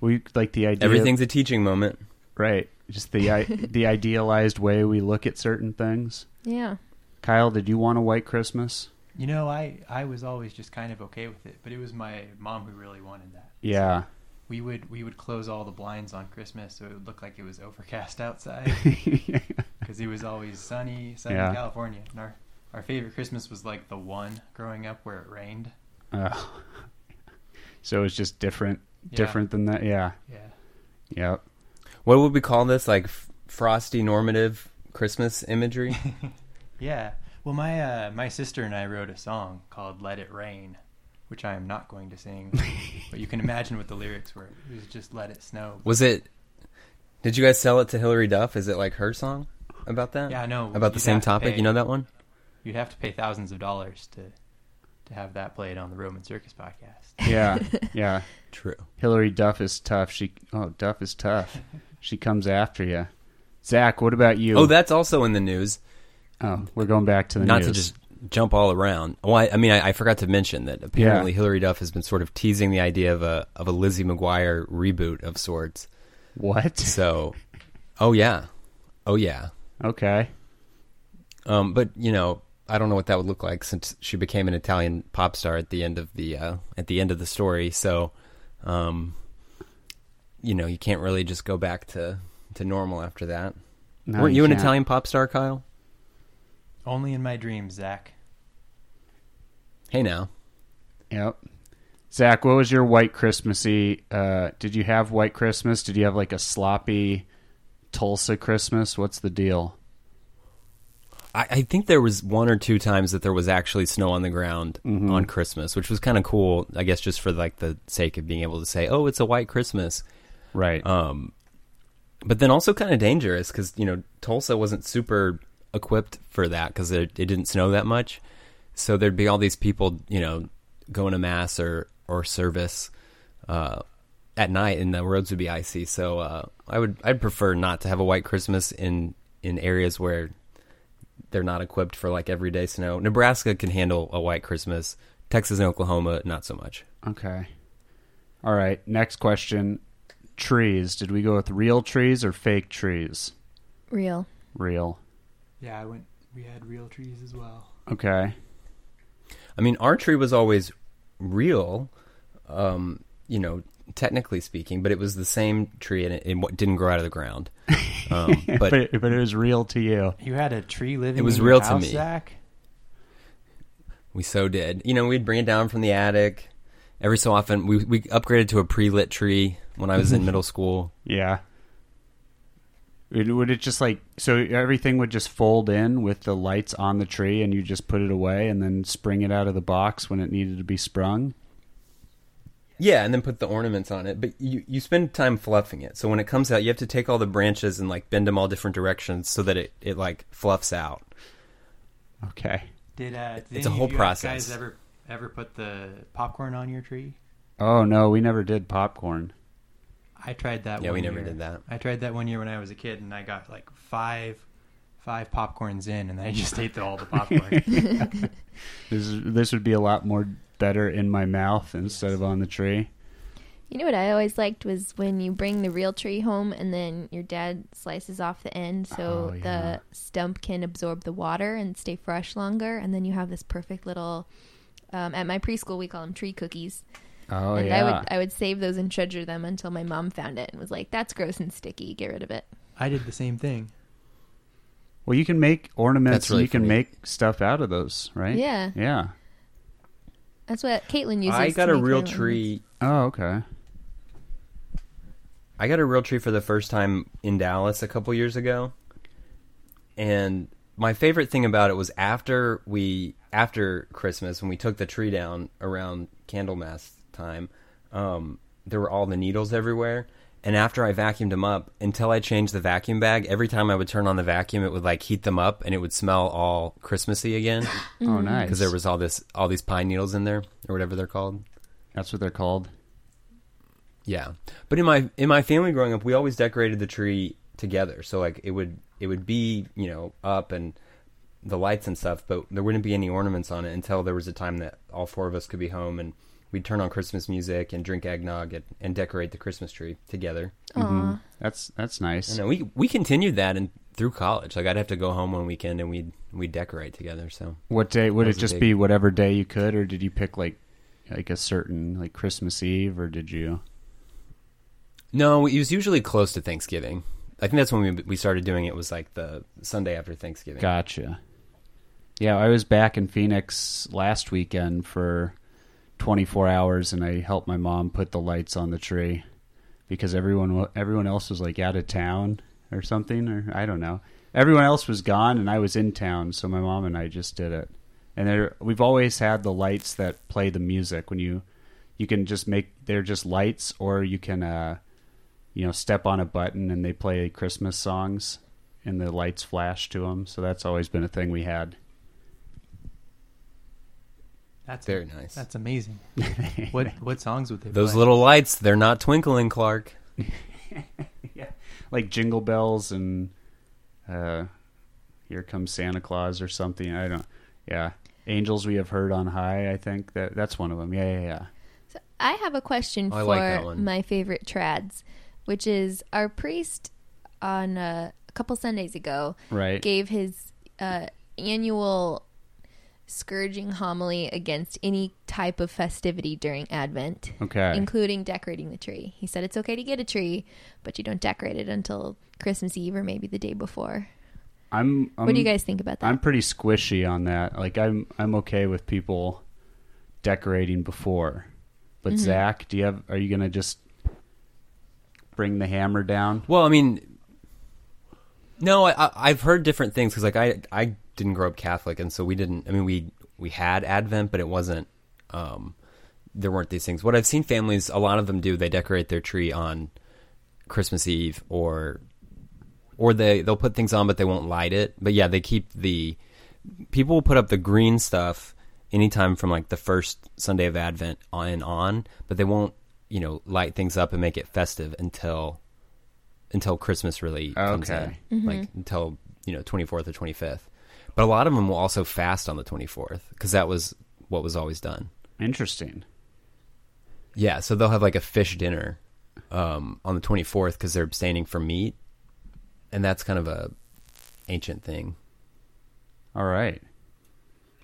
Speaker 4: we like the idea.
Speaker 3: Everything's a teaching moment.
Speaker 4: right? Just the i- the idealized way we look at certain things.
Speaker 2: Yeah.
Speaker 4: Kyle, did you want a white Christmas?
Speaker 1: You know, I, I was always just kind of okay with it, but it was my mom who really wanted that.
Speaker 4: Yeah,
Speaker 1: We would we would close all the blinds on Christmas so it would look like it was overcast outside because it was always sunny, sunny
Speaker 4: Yeah.
Speaker 1: California. And our our favorite Christmas was like the one growing up where it rained.
Speaker 4: Uh, so it's just different,
Speaker 1: Yeah.
Speaker 4: different than that. Yeah,
Speaker 1: Yeah.
Speaker 4: yep.
Speaker 3: What would we call this? Like f- frosty normative Christmas imagery?
Speaker 1: Yeah. Well, my uh, my sister and I wrote a song called "Let It Rain," which I am not going to sing, but you can imagine what the lyrics were. It was just "Let It Snow."
Speaker 3: Was it? Did you guys sell it to Hillary Duff? Is it like her song? about that?
Speaker 1: Yeah, I know.
Speaker 3: About the
Speaker 1: You'd
Speaker 3: same
Speaker 1: have to
Speaker 3: topic.
Speaker 1: pay-
Speaker 3: You know that one?
Speaker 1: You'd have to pay thousands of dollars to to have that played on the Roman Circus podcast.
Speaker 4: Yeah, yeah.
Speaker 3: True.
Speaker 4: Hillary Duff is tough. She oh Duff is tough. She comes after you. Zach, what about you?
Speaker 3: Oh, that's also in the news.
Speaker 4: Oh, we're going back to the
Speaker 3: Not
Speaker 4: news.
Speaker 3: to just jump all around. Well, I, I mean, I, I forgot to mention that apparently
Speaker 4: Yeah.
Speaker 3: Hillary Duff has been sort of teasing the idea of a of a Lizzie McGuire reboot of sorts.
Speaker 4: what?
Speaker 3: So, oh yeah, oh yeah.
Speaker 4: Okay.
Speaker 3: Um, but you know, I don't know what that would look like since she became an Italian pop star at the end of the uh, at the end of the story. So, um, you know, you can't really just go back to to normal after that.
Speaker 4: No,
Speaker 3: Weren't you an
Speaker 4: can't.
Speaker 3: Italian pop star, Kyle?
Speaker 1: Only in my dreams, Zach.
Speaker 3: Hey now.
Speaker 4: Yep. Zach, what was your white Christmassy? Uh, did you have white Christmas? Did you have like a sloppy Tulsa Christmas? What's the deal?
Speaker 3: I, I think there was one or two times that there was actually snow on the ground
Speaker 4: Mm-hmm.
Speaker 3: on Christmas, which was kind of cool. I guess just for like the sake of being able to say, "Oh, it's a white Christmas,"
Speaker 4: Right.
Speaker 3: um, but then also kind of dangerous because you know Tulsa wasn't super equipped for that because it, it didn't snow that much, so there'd be all these people you know going to mass or or service uh, at night, and the roads would be icy. So uh, I would I'd prefer not to have a white Christmas in in areas where they're not equipped for like everyday snow. Nebraska can handle a white Christmas. Texas and Oklahoma, not so much.
Speaker 4: okay. All right. Next question. Trees. Did we go with real trees or fake trees?
Speaker 2: Real.
Speaker 4: Real.
Speaker 1: Yeah, I went. We had real trees as well.
Speaker 4: Okay.
Speaker 3: I mean, archery was always real, um, you know, technically speaking, but it was the same tree and it, it wa- didn't grow out of the ground. Um,
Speaker 4: But,
Speaker 3: but
Speaker 4: but it was real to you.
Speaker 1: You had a tree living.
Speaker 3: It was
Speaker 1: in your
Speaker 3: real to
Speaker 1: house,
Speaker 3: me.
Speaker 1: Zach.
Speaker 3: we so did. You know, we'd bring it down from the attic. Every so often, we, we upgraded to a pre lit tree when I was in middle school.
Speaker 4: Yeah. It, would it just like so everything would just fold in with the lights on the tree, and you just put it away, and then spring it out of the box when it needed to be sprung.
Speaker 3: Yeah, and then put the ornaments on it. But you, you spend time fluffing it. So when it comes out, you have to take all the branches and like bend them all different directions so that it, it like fluffs out.
Speaker 4: Okay.
Speaker 1: Did uh, did any
Speaker 3: It's a
Speaker 1: of
Speaker 3: whole
Speaker 1: you
Speaker 3: process.
Speaker 1: Guys, ever ever put the popcorn on your tree?
Speaker 4: Oh no, we never did popcorn.
Speaker 1: I tried that.
Speaker 3: Yeah,
Speaker 1: one
Speaker 3: we never
Speaker 1: year.
Speaker 3: did that.
Speaker 1: I tried that one year when I was a kid, and I got like five, five popcorns in, and I just ate all the popcorn.
Speaker 4: This is, this would be a lot more better in my mouth instead of on the tree.
Speaker 2: You know what I always liked was when you bring the real tree home and then your dad slices off the end so
Speaker 4: Oh, yeah.
Speaker 2: the stump can absorb the water and stay fresh longer. And then you have this perfect little. Um, at my preschool, we call them tree cookies.
Speaker 4: Oh
Speaker 2: and
Speaker 4: yeah.
Speaker 2: I would I would save those and treasure them until my mom found it and was like, "That's gross and sticky. Get rid of it."
Speaker 1: I did the same thing.
Speaker 4: well, you can make ornaments.
Speaker 3: That's really
Speaker 4: and you can
Speaker 3: funny.
Speaker 4: make stuff out of those, right?
Speaker 2: Yeah.
Speaker 4: Yeah.
Speaker 2: That's what Caitlin uses.
Speaker 3: I
Speaker 2: to
Speaker 3: got a
Speaker 2: make
Speaker 3: real
Speaker 2: my own.
Speaker 3: tree
Speaker 4: Oh okay.
Speaker 3: I got a real tree for the first time in Dallas a couple years ago. And my favorite thing about it was after we after Christmas when we took the tree down around Candlemas time, um, there were all the needles everywhere. And after I vacuumed them up, until I changed the vacuum bag, every time I would turn on the vacuum, it would like heat them up, and it would smell all Christmassy again
Speaker 2: Mm-hmm.
Speaker 4: Oh nice.
Speaker 3: because there was all this all these pine needles in there or whatever they're called.
Speaker 4: that's what they're called.
Speaker 3: Yeah, but in my in my family growing up, we always decorated the tree together. So like it would it would be you know up and the lights and stuff, but there wouldn't be any ornaments on it until there was a time that all four of us could be home and we'd turn on Christmas music and drink eggnog and, and decorate the Christmas tree together.
Speaker 2: Aw.
Speaker 4: That's that's nice.
Speaker 3: And we we continued that and through college. Like I'd have to go home one weekend and we'd we'd decorate together. So
Speaker 4: What day would
Speaker 3: That
Speaker 4: it
Speaker 3: was a
Speaker 4: just
Speaker 3: big-
Speaker 4: be? Whatever day you could, or did you pick like like a certain like Christmas Eve, or did you?
Speaker 3: no, it was usually close to Thanksgiving. I think that's when we we started doing it was like the Sunday after Thanksgiving.
Speaker 4: Gotcha. Yeah, I was back in Phoenix last weekend for 24 hours, and I helped my mom put the lights on the tree because everyone wa- everyone else was like out of town or something, or I don't know. Everyone else was gone, and I was in town, so my mom and I just did it. And there, we've always had the lights that play the music when you you can just make they're just lights, or you can uh, you know step on a button and they play Christmas songs. and the lights flash to him. So that's always been a thing we had.
Speaker 1: That's
Speaker 3: Very nice.
Speaker 1: That's amazing. what what songs would they
Speaker 3: Those
Speaker 1: play?
Speaker 3: little lights, they're not twinkling, Clark.
Speaker 4: like jingle bells and uh here comes santa claus or something i don't yeah angels we have heard on high i think that that's one of them yeah yeah yeah
Speaker 2: I have a question
Speaker 3: I
Speaker 2: for
Speaker 3: like that one.
Speaker 2: my favorite trads, which is our priest on uh, a couple Sundays ago
Speaker 4: right
Speaker 2: gave his uh, annual scourging homily against any type of festivity during Advent,
Speaker 4: okay
Speaker 2: including decorating the tree. He said it's okay to get a tree, but you don't decorate it until Christmas Eve or maybe the day before.
Speaker 4: i'm, i
Speaker 2: what do
Speaker 3: Um,
Speaker 2: you guys think about that?
Speaker 4: i'm pretty squishy on that like i'm i'm okay with people decorating before but
Speaker 2: Mm-hmm.
Speaker 4: zach do you have are you gonna just bring the hammer down
Speaker 3: Well, I mean, no, I, I, I've heard different things because, like, I I didn't grow up Catholic, and so we didn't. I mean, we we had Advent, but it wasn't. Um, there weren't these things. What I've seen families, a lot of them do. They decorate their tree on Christmas Eve, or or they they'll put things on, but they won't light it. But yeah, they keep the people will put up the green stuff anytime from like the first Sunday of Advent on and on, but they won't you know light things up and make it festive until until Christmas really comes
Speaker 4: Okay.
Speaker 3: in, like until you know twenty fourth or twenty fifth. But a lot of them will also fast on the twenty fourth because that was what was always done.
Speaker 4: interesting
Speaker 3: Yeah, so they'll have like a fish dinner um, on the 24th because they're abstaining from meat, and that's kind of a ancient thing.
Speaker 4: all right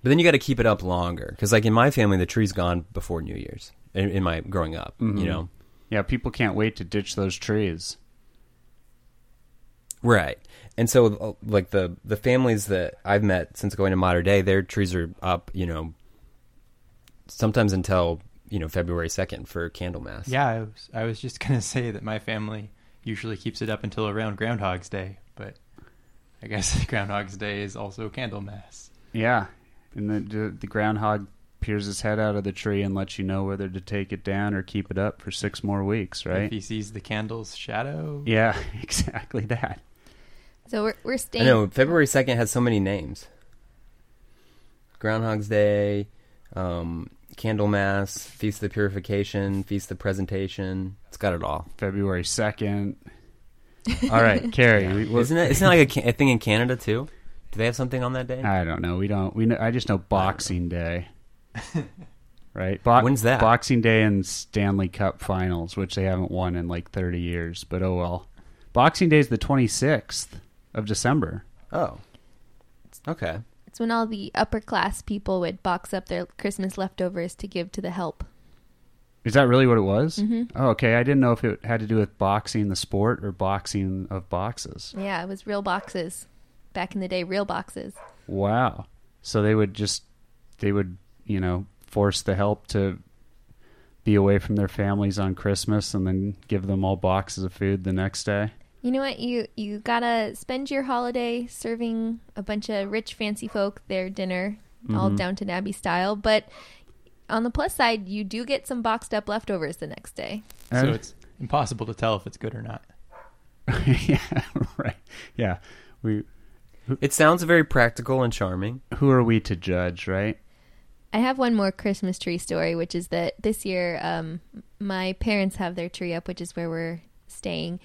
Speaker 3: But then you got to keep it up longer because, like in my family, the tree's gone before New Year's. In, in my growing up, you know,
Speaker 4: yeah people can't wait to ditch those trees
Speaker 3: Right. And so uh, like the the families that I've met since going to modern day, their trees are up, you know, sometimes until, you know, February 2nd for Candlemas.
Speaker 1: Yeah, I was I was just gonna say that my family usually keeps it up until around Groundhog's Day, but I guess Groundhog's Day is also Candlemas.
Speaker 4: Yeah, and the the groundhog peers his head out of the tree and lets you know whether to take it down or keep it up for six more weeks,
Speaker 1: If
Speaker 4: right?
Speaker 1: he sees the candle's shadow,
Speaker 4: Yeah, exactly that.
Speaker 2: so we're, we're
Speaker 3: I
Speaker 2: staying.
Speaker 3: know February 2nd has so many names. Groundhog's Day, um Candlemas, Feast of the Purification, Feast of the Presentation. It's got it all.
Speaker 4: February second. All right, Carrie. we, we-
Speaker 3: Isn't it? Isn't it like a, ca- a thing in Canada too? Do they have something on that day?
Speaker 4: I don't know. We don't. We know, I just know Boxing Day. Right. Bo-
Speaker 3: When's that?
Speaker 4: Boxing Day and Stanley Cup Finals, which they haven't won in like thirty years. But oh well. Boxing Day is the twenty sixth of December.
Speaker 3: Oh. Okay.
Speaker 2: It's when all the upper class people would box up their Christmas leftovers to give to the help.
Speaker 4: Is that really what it was? Mm-hmm. Oh, okay. I didn't know if it had to do with boxing, the sport, or boxing of boxes.
Speaker 2: Yeah, it was real boxes. Back in the day, real boxes.
Speaker 4: Wow. So they would just, they would, you know, force the help to be away from their families on Christmas and then give them all boxes of food the next day.
Speaker 2: You know what? You you gotta spend your holiday serving a bunch of rich fancy folk their dinner, all Downton Abbey style. But on the plus side, you do get some boxed up leftovers the next day.
Speaker 1: so
Speaker 4: And-
Speaker 1: it's impossible to tell if it's good or not.
Speaker 4: yeah, right. Yeah. We,
Speaker 3: It sounds very practical and charming.
Speaker 4: who are we to judge, right?
Speaker 2: I have one more Christmas tree story, which is that this year um, my parents have their tree up, which is where we're staying,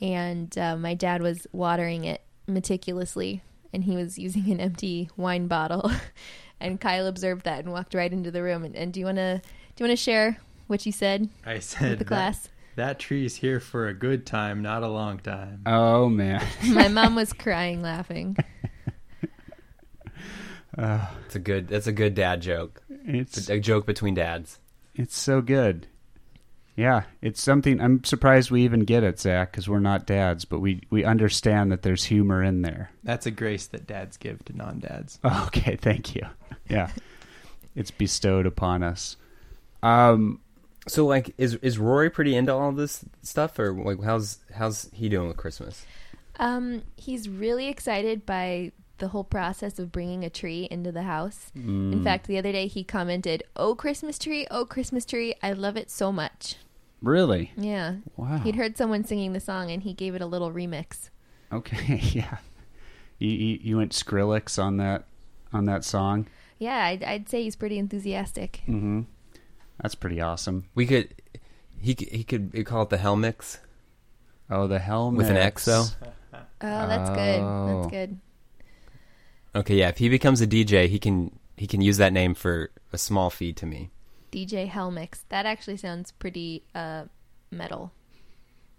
Speaker 2: and uh, my dad was watering it meticulously, and he was using an empty wine bottle, and Kyle observed that and walked right into the room. And, and do you want to do you want to share what you said
Speaker 1: I said
Speaker 2: with the
Speaker 1: that-
Speaker 2: class?
Speaker 1: That tree's here for a good time, not a long time.
Speaker 4: Oh, man.
Speaker 2: my mom was crying, laughing.
Speaker 3: It's a good. That's a good dad joke. It's
Speaker 4: It's,
Speaker 3: a joke between dads.
Speaker 4: it's so good. Yeah, it's something I'm surprised we even get it, Zach, because we're not dads, but we, we understand that there's humor in there.
Speaker 1: That's a grace that dads give to non-dads.
Speaker 4: Oh, okay, thank you. Yeah, it's bestowed upon us. Um,
Speaker 3: So, like, is is Rory pretty into all this stuff, or like, how's how's he doing with Christmas?
Speaker 2: Um, he's really excited by the whole process of bringing a tree into the house.
Speaker 4: Mm.
Speaker 2: In fact, the other day he commented, "Oh Christmas tree, oh Christmas tree, I love it so much."
Speaker 4: really?
Speaker 2: Yeah.
Speaker 4: Wow.
Speaker 2: He'd heard someone singing the song and he gave it a little remix.
Speaker 4: Okay, yeah. You, you you went Skrillex on that on that song.
Speaker 2: Yeah, I'd, I'd say he's pretty enthusiastic.
Speaker 4: Mm-hmm. That's pretty awesome.
Speaker 3: We could he could- he could we call it the hell mix.
Speaker 4: Oh, the hell
Speaker 3: With an X, though?
Speaker 2: Oh, that's good.
Speaker 4: Oh.
Speaker 2: That's good.
Speaker 3: Okay, yeah. If he becomes a DJ, he can he can use that name for a small fee to me.
Speaker 2: DJ Helmix. That actually sounds pretty uh, metal.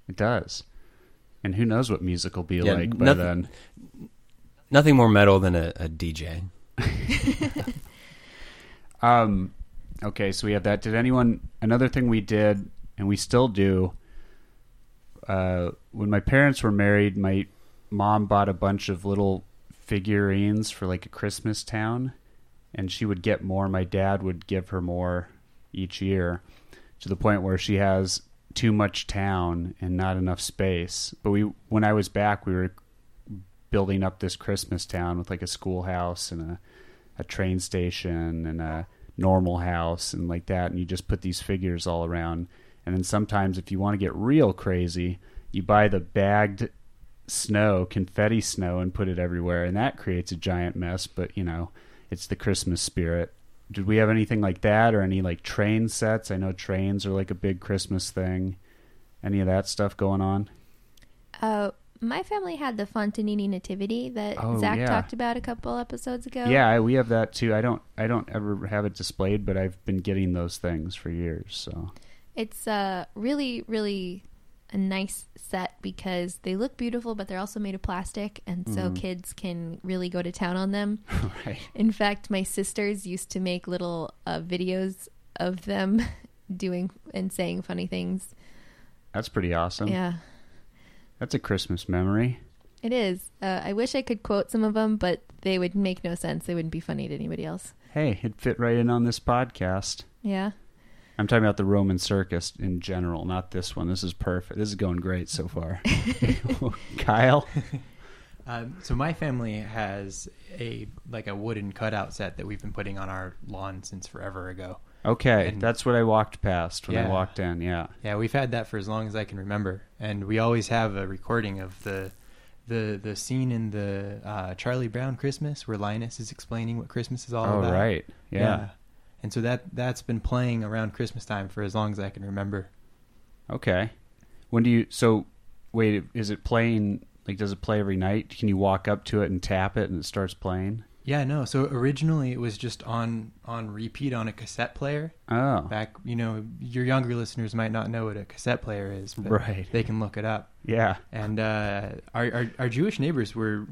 Speaker 4: It does. And who knows what music will be
Speaker 3: Yeah,
Speaker 4: like by
Speaker 3: nothing-
Speaker 4: then?
Speaker 3: Nothing more metal than a, a DJ.
Speaker 4: Um, okay, so we have that. Did anyone? Another thing we did, and we still do. Uh, when my parents were married, my mom bought a bunch of little figurines for like a Christmas town, and she would get more. My dad would give her more each year, to the point where she has too much town and not enough space. But we, when I was back, we were building up this Christmas town with like a schoolhouse and a a train station and a normal house and like that and you just put these figures all around and then sometimes if you want to get real crazy you buy the bagged snow confetti snow and put it everywhere and that creates a giant mess but you know it's the christmas spirit did we have anything like that or any like train sets i know trains are like a big christmas thing any of that stuff going on
Speaker 2: Uh, my family had the Fontanini Nativity that
Speaker 4: Oh,
Speaker 2: Zach
Speaker 4: yeah.
Speaker 2: talked about a couple episodes ago.
Speaker 4: Yeah, I, we have that too. I don't I don't ever have it displayed, but I've been getting those things for years. So
Speaker 2: It's uh, really, really a nice set because they look beautiful, but they're also made of plastic, and so
Speaker 1: Mm-hmm.
Speaker 2: kids can really go to town on them.
Speaker 4: right.
Speaker 2: In fact, my sisters used to make little uh, videos of them doing and saying funny things.
Speaker 4: That's pretty awesome.
Speaker 2: Yeah,
Speaker 4: That's a Christmas memory.
Speaker 2: it is. Uh, I wish I could quote some of them, but they would make no sense. They wouldn't be funny to anybody else.
Speaker 4: Hey, it fit right in on this podcast.
Speaker 2: Yeah.
Speaker 4: I'm talking about the Roman circus in general, not this one. This is perfect. This is going great so far. Kyle?
Speaker 1: Um, so my family has a like a wooden cutout set that we've been putting on our lawn since forever ago.
Speaker 4: Okay,
Speaker 1: And-
Speaker 4: that's what I walked past when I
Speaker 1: Yeah.
Speaker 4: walked in. Yeah.
Speaker 1: Yeah, we've had that for as long as I can remember, and we always have a recording of the the the scene in the uh, Charlie Brown Christmas where Linus is explaining what Christmas is all
Speaker 4: oh,
Speaker 1: about.
Speaker 4: right. Yeah.
Speaker 1: And so that that's been playing around Christmas time for as long as I can remember.
Speaker 4: Okay. When do you so wait, is it playing like does it play every night? Can you walk up to it and tap it and it starts playing?
Speaker 1: Yeah, no. So originally it was just on on repeat on a cassette player.
Speaker 4: Oh.
Speaker 1: Back, you know, your younger listeners might not know what a cassette player is, but
Speaker 4: Right.
Speaker 1: they can look it up.
Speaker 4: Yeah.
Speaker 1: and uh, our, our our Jewish neighbors were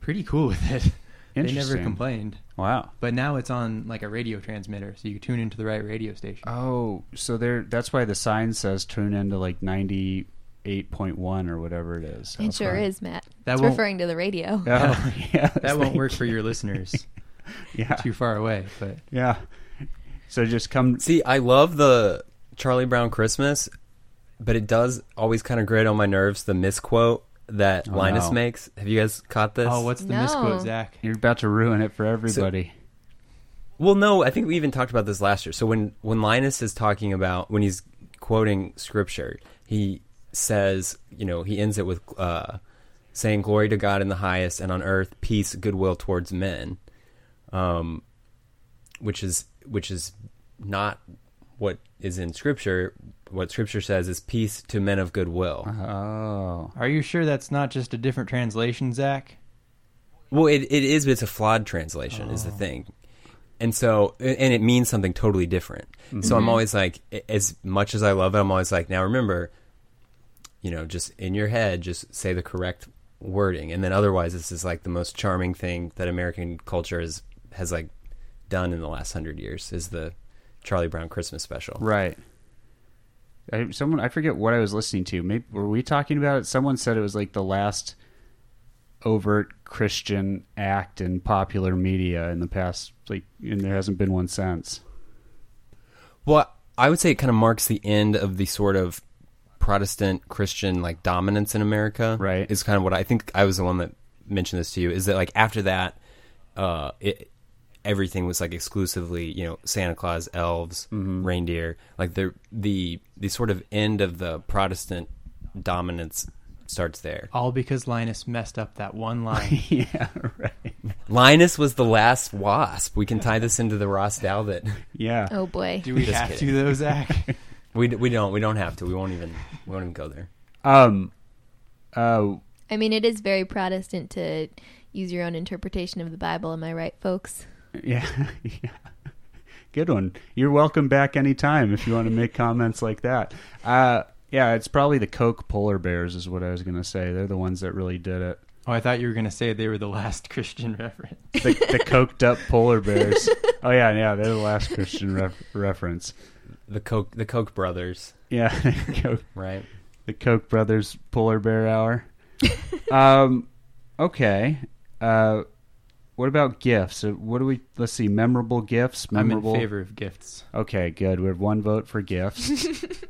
Speaker 1: pretty cool with it. they never
Speaker 4: Interesting.
Speaker 1: complained.
Speaker 4: Wow.
Speaker 1: But now it's on like a radio transmitter, so you tune into the right radio station.
Speaker 4: Oh, so there that's why the sign says tune into like 98.1 or whatever it is.
Speaker 2: It sure is, Matt.
Speaker 1: That
Speaker 2: it's
Speaker 1: won't-
Speaker 2: referring to the radio.
Speaker 4: Oh, yeah.
Speaker 1: that won't work for your listeners
Speaker 4: Yeah.
Speaker 1: too far away. But
Speaker 4: Yeah. So just come
Speaker 3: See, I love the Charlie Brown Christmas, but it does always kind of grate on my nerves the misquote that
Speaker 4: Oh,
Speaker 3: Linus
Speaker 4: no.
Speaker 3: makes. Have you guys caught this?
Speaker 1: oh, what's the
Speaker 2: No.
Speaker 1: misquote, Zach?
Speaker 4: you're about to ruin it for everybody.
Speaker 3: Well, no, I think we even talked about this last year. So when when Linus is talking about when he's quoting scripture, he says, you know, he ends it with uh, saying, "Glory to God in the highest, and on earth peace, goodwill towards men," um, which is which is not what is in scripture. What scripture says is peace to men of goodwill.
Speaker 4: oh.
Speaker 1: Are you sure that's not just a different translation, Zach?
Speaker 3: Well, it, it is, but it's a flawed translation, is the thing. And so, and it means something totally different. So I'm always like, as much as I love it, I'm always like, now remember, you know, just in your head, just say the correct wording. And then otherwise, this is like the most charming thing that American culture has, has like done in the last hundred years is the Charlie Brown Christmas special.
Speaker 4: Right. I, someone I forget what I was listening to. Maybe were we talking about it? Someone said it was like the last overt Christian act in popular media in the past like and there hasn't been one since.
Speaker 3: Well, I would say it kind of marks the end of the sort of Protestant Christian like dominance in America.
Speaker 4: Right.
Speaker 3: Is kind of what I think I was the one that mentioned this to you is that like after that, uh, it everything was like exclusively you know Santa Claus, elves, reindeer. Like the the the sort of end of the Protestant dominance starts there.
Speaker 1: All because Linus messed up that one line.
Speaker 4: yeah, right.
Speaker 3: Linus was the last wasp. We can tie this into the Ross Dalvit.
Speaker 4: Yeah.
Speaker 2: Oh boy.
Speaker 1: Do we
Speaker 3: Just
Speaker 1: have
Speaker 3: kidding.
Speaker 1: to though, Zach?
Speaker 3: We d- we don't we don't have to. We won't even we won't even go there.
Speaker 4: Um. Uh.
Speaker 2: I mean, it is very Protestant to use your own interpretation of the Bible. Am I right, folks?
Speaker 4: Yeah. yeah. Good one. You're welcome back anytime if you want to make comments like that. Uh. Yeah. It's probably the Coke polar bears is what I was gonna say. They're the ones that really did it.
Speaker 1: oh, I thought you were gonna say they were the last Christian reference.
Speaker 4: The, the coked up polar bears. Oh yeah, yeah. They're the last Christian ref- reference.
Speaker 3: The Koch the Koch brothers,
Speaker 4: Yeah. Coke
Speaker 3: right?
Speaker 4: the Koch brothers polar bear hour. um, okay. Uh, what about gifts? Uh, What do we? Let's see. Memorable gifts. Memorable.
Speaker 1: I'm in favor of gifts.
Speaker 4: Okay, good. We have one vote for gifts.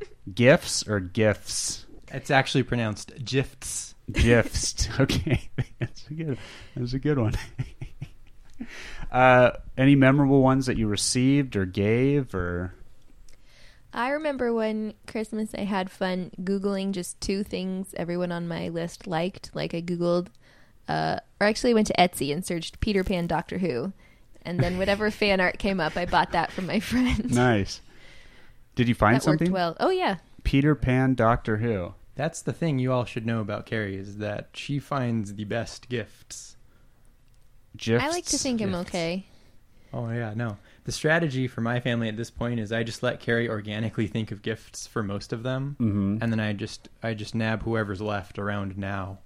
Speaker 4: gifts or gifts?
Speaker 1: It's actually pronounced gifts.
Speaker 4: Gifts. Okay, that's a good. That's a good one. uh, any memorable ones that you received or gave or?
Speaker 2: I remember one Christmas I had fun Googling just two things everyone on my list liked. Like, I Googled, uh, or actually went to Etsy and searched Peter Pan Doctor Who. And then whatever fan art came up, I bought that from my friend.
Speaker 4: Nice. Did you find
Speaker 2: that
Speaker 4: something?
Speaker 2: worked well. Oh, yeah.
Speaker 4: Peter Pan, Doctor Who.
Speaker 1: That's the thing you all should know about Carrie is that she finds the best gifts.
Speaker 4: Gifts.
Speaker 2: I like to think I'm
Speaker 4: Gifts.
Speaker 2: okay.
Speaker 1: Oh yeah, no. The strategy for my family at this point is I just let Carrie organically think of gifts for most of them,
Speaker 3: Mm-hmm.
Speaker 1: and then I just I just nab whoever's left around now.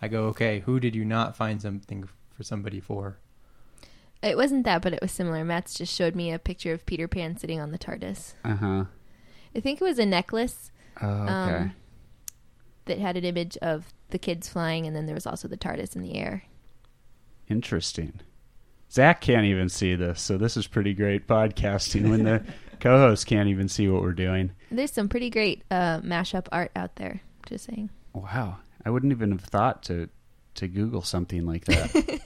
Speaker 1: I go, okay, who did you not find something for somebody for?
Speaker 2: It wasn't that, but it was similar. Matt's just showed me a picture of Peter Pan sitting on the TARDIS.
Speaker 4: Uh huh.
Speaker 2: I think it was a necklace
Speaker 4: Oh, okay.
Speaker 2: Um, that had an image of the kids flying, and then there was also the TARDIS in the air.
Speaker 4: Interesting. Zach can't even see this, so this is pretty great podcasting when the co-host can't even see what we're doing.
Speaker 2: There's some pretty great uh, mashup art out there. Just saying.
Speaker 4: Wow, I wouldn't even have thought to to Google something like that.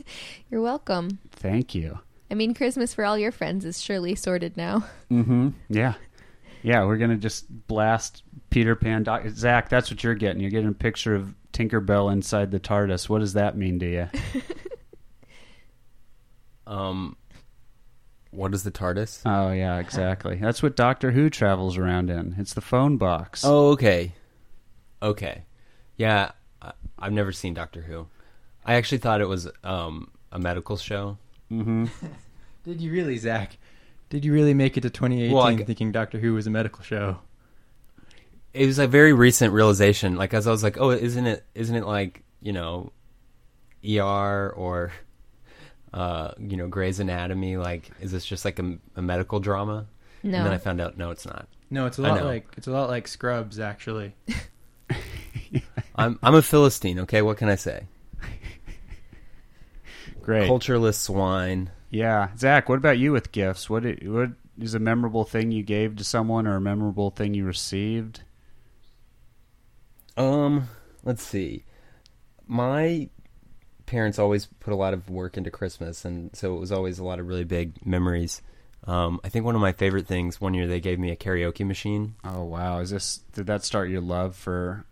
Speaker 2: You're welcome.
Speaker 4: Thank you.
Speaker 2: I mean, Christmas for all your friends is surely sorted now.
Speaker 4: Mm-hmm. Yeah, yeah. We're gonna just blast Peter Pan. Doc- Zach, that's what you're getting. You're getting a picture of Tinkerbell inside the TARDIS. What does that mean to you?
Speaker 3: Um what is the TARDIS?
Speaker 4: Oh yeah, exactly. That's what Doctor Who travels around in. It's the phone box.
Speaker 3: Oh, okay. Okay. Yeah, I, I've never seen Doctor Who. I actually thought it was um a medical show.
Speaker 1: Did you really, Zach? Did you really make it to 2018
Speaker 3: Well, I g-
Speaker 1: thinking Doctor Who was a medical show?
Speaker 3: It was a very recent realization. Like as I was like, "Oh, isn't it isn't it like, you know, ER or uh, you know, Grey's Anatomy like is this just like a, a medical drama?"
Speaker 2: No.
Speaker 3: And then I found out no, it's not.
Speaker 1: No, it's a
Speaker 3: I
Speaker 1: lot
Speaker 3: know.
Speaker 1: like it's a lot like Scrubs actually.
Speaker 3: I'm I'm a philistine, okay? What can I say?
Speaker 4: Great.
Speaker 3: Cultureless swine.
Speaker 4: Yeah, Zach. What about you with gifts? What i- what is a memorable thing you gave to someone, or a memorable thing you received?
Speaker 3: Um, let's see. My parents always put a lot of work into Christmas, and so it was always a lot of really big memories. Um, I think one of my favorite things one year they gave me a karaoke machine.
Speaker 4: Oh wow, is this did that start your love for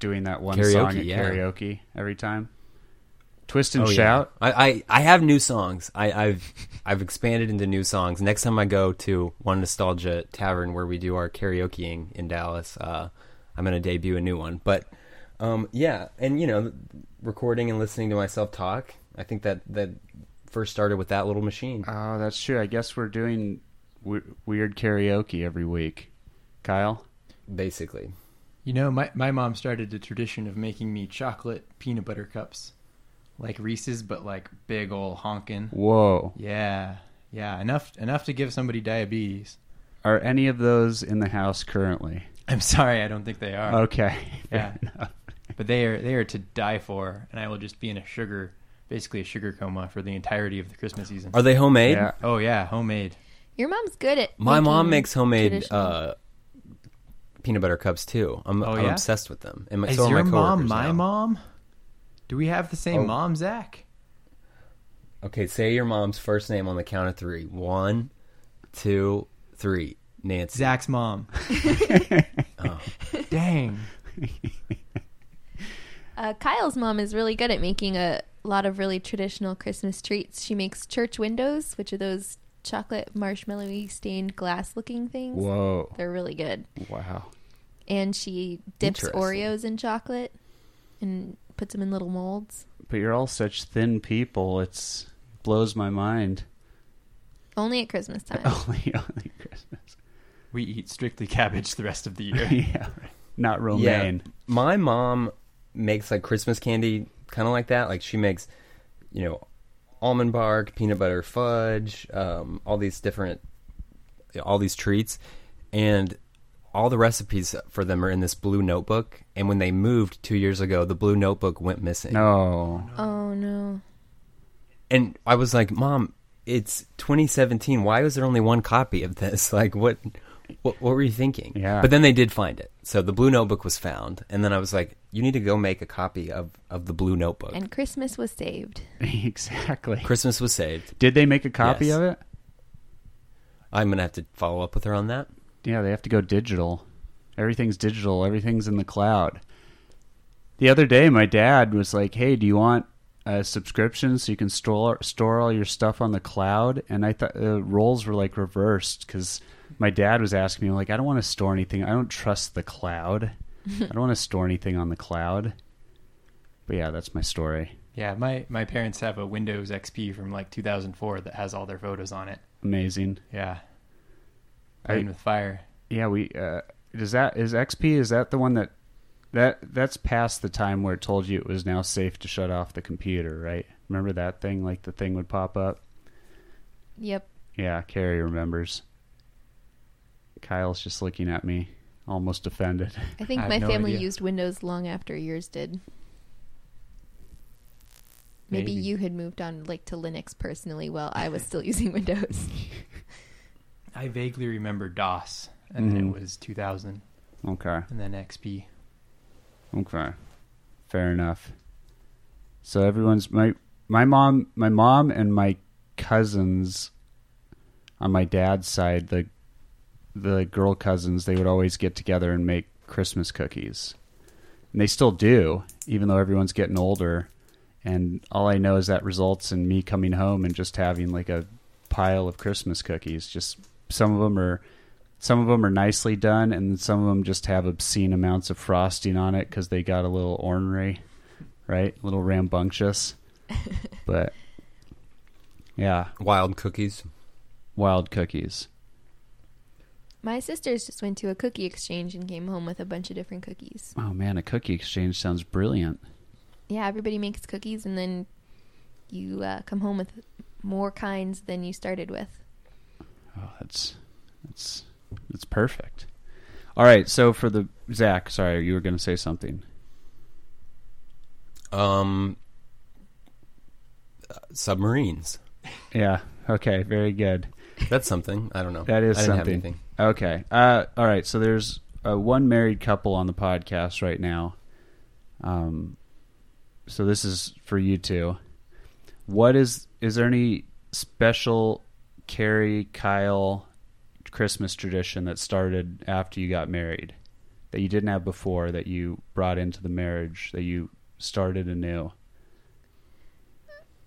Speaker 4: doing that one
Speaker 3: Karaoke,
Speaker 4: song at
Speaker 3: yeah.
Speaker 4: karaoke every time? Twist and
Speaker 3: Oh, yeah.
Speaker 4: shout.
Speaker 3: I, I I have new songs. I, I've I've expanded into new songs. Next time I go to One Nostalgia Tavern where we do our karaokeing in Dallas, uh, I'm gonna debut a new one. But um, yeah, and you know, recording and listening to myself talk. I think that that first started with that little machine.
Speaker 4: Oh, that's true. I guess we're doing w- weird karaoke every week. Kyle.
Speaker 3: basically.
Speaker 1: You know, my my mom started a tradition of making me chocolate peanut butter cups, like Reese's, but like big ol' honkin'.
Speaker 4: Whoa.
Speaker 1: Yeah, yeah, enough enough to give somebody diabetes.
Speaker 4: Are any of those in the house currently?
Speaker 1: I'm sorry, I don't think they are.
Speaker 4: Okay.
Speaker 1: Yeah.
Speaker 4: Fair enough.
Speaker 1: But they are they are to die for, and I will just be in a sugar, basically a sugar coma for the entirety of the Christmas season.
Speaker 3: Are they homemade?
Speaker 4: Yeah.
Speaker 1: Oh yeah, homemade.
Speaker 2: Your mom's good at.
Speaker 3: My mom
Speaker 2: making
Speaker 3: makes homemade
Speaker 2: traditional-
Speaker 3: uh, peanut butter cups too. I'm,
Speaker 1: Oh,
Speaker 3: I'm
Speaker 1: yeah?
Speaker 3: obsessed with them. And my,
Speaker 1: Is
Speaker 3: so are
Speaker 1: your
Speaker 3: my
Speaker 1: mom
Speaker 3: coworkers
Speaker 1: my
Speaker 3: now.
Speaker 1: mom? Do we have the same
Speaker 3: Oh.
Speaker 1: mom, Zach?
Speaker 3: Okay, say your mom's first name on the count of three. One, two, three. Nancy.
Speaker 1: Zach's mom.
Speaker 3: Oh.
Speaker 1: Dang.
Speaker 2: Uh, Kyle's mom is really good at making a lot of really traditional Christmas treats. She makes church windows, which are those chocolate marshmallowy stained glass looking things.
Speaker 4: Whoa.
Speaker 2: They're really good.
Speaker 4: Wow.
Speaker 2: And she dips
Speaker 3: Interesting.
Speaker 2: Oreos in chocolate and puts them in little molds.
Speaker 4: But you're all such thin people. It's blows my mind.
Speaker 2: Only at Christmas time.
Speaker 1: Oh.
Speaker 4: Only Oh, only Christmas.
Speaker 1: We eat strictly cabbage the rest of the year.
Speaker 4: yeah. right. Not romaine.
Speaker 3: My mom makes like Christmas candy kind of like that. Like she makes, you know, almond bark, peanut butter fudge, um, all these different, all these treats. And all the recipes for them are in this blue notebook. And when they moved two years ago, the blue notebook went missing.
Speaker 4: No.
Speaker 2: Oh no.
Speaker 3: And I was like, Mom, it's 2017. Why was there only one copy of this? Like, what? What, what were you thinking?
Speaker 4: Yeah.
Speaker 3: But then they did find it. So the blue notebook was found, and then I was like, "You need to go make a copy of of the blue notebook."
Speaker 2: And Christmas was saved.
Speaker 4: exactly.
Speaker 3: Christmas was saved.
Speaker 4: Did they make a copy
Speaker 3: Yes.
Speaker 4: of it?
Speaker 3: I'm gonna have to follow up with her on that.
Speaker 4: Yeah, they have to go digital. Everything's digital. Everything's in the cloud. The other day, my dad was like, "Hey, do you want a subscription so you can store store all your stuff on the cloud?" And I thought the roles were like reversed because my dad was asking me, like, "I don't want to store anything. I don't trust the cloud. I don't want to store anything on the cloud." But yeah, that's my story.
Speaker 1: Yeah, my, my parents have a Windows XP from like 2004 that has all their photos on it.
Speaker 4: Amazing.
Speaker 1: Yeah.
Speaker 4: I-
Speaker 1: Playing with fire.
Speaker 4: Yeah, we uh, does that is XP is that the one that that that's past the time where it told you it was now safe to shut off the computer, right? Remember that thing? Like the thing would pop up.
Speaker 2: Yep.
Speaker 4: Yeah, Carrie remembers. Kyle's just looking at me, almost offended.
Speaker 2: I think
Speaker 1: I have
Speaker 2: my
Speaker 1: no
Speaker 2: family
Speaker 1: idea.
Speaker 2: used Windows long after yours did. Maybe,
Speaker 1: Maybe.
Speaker 2: you had moved on like to Linux personally while I was still using Windows.
Speaker 1: I vaguely remember DOS, and then
Speaker 4: Mhm.
Speaker 1: it was 2000,
Speaker 4: Okay,
Speaker 1: and then XP.
Speaker 4: okay, fair enough. So everyone's my my mom, my mom and my cousins on my dad's side, the the girl cousins, they would always get together and make Christmas cookies. And they still do, even though everyone's getting older. And all I know is that results in me coming home and just having like a pile of Christmas cookies. Just some of them are some of them are nicely done and some of them just have obscene amounts of frosting on it cuz they got a little ornery, right? A little rambunctious. but yeah,
Speaker 3: Wild cookies.
Speaker 4: wild cookies.
Speaker 2: my sisters just went to a cookie exchange and came home with a bunch of different cookies.
Speaker 4: Oh man, a cookie exchange sounds brilliant.
Speaker 2: Yeah, everybody makes cookies and then you uh, come home with more kinds than you started with.
Speaker 4: Oh, that's that's that's perfect. All right, so for the Zach, sorry, you were going to say something.
Speaker 3: Um, uh, submarines.
Speaker 4: Yeah. Okay. Very good.
Speaker 3: That's something. I don't know.
Speaker 4: That is
Speaker 3: I didn't Have
Speaker 4: something.
Speaker 3: anything.
Speaker 4: Okay. Uh, all right. So there's uh, one married couple on the podcast right now. Um, so this is for you two. What is is there any special Carrie Kyle Christmas tradition that started after you got married that you didn't have before that you brought into the marriage that you started anew?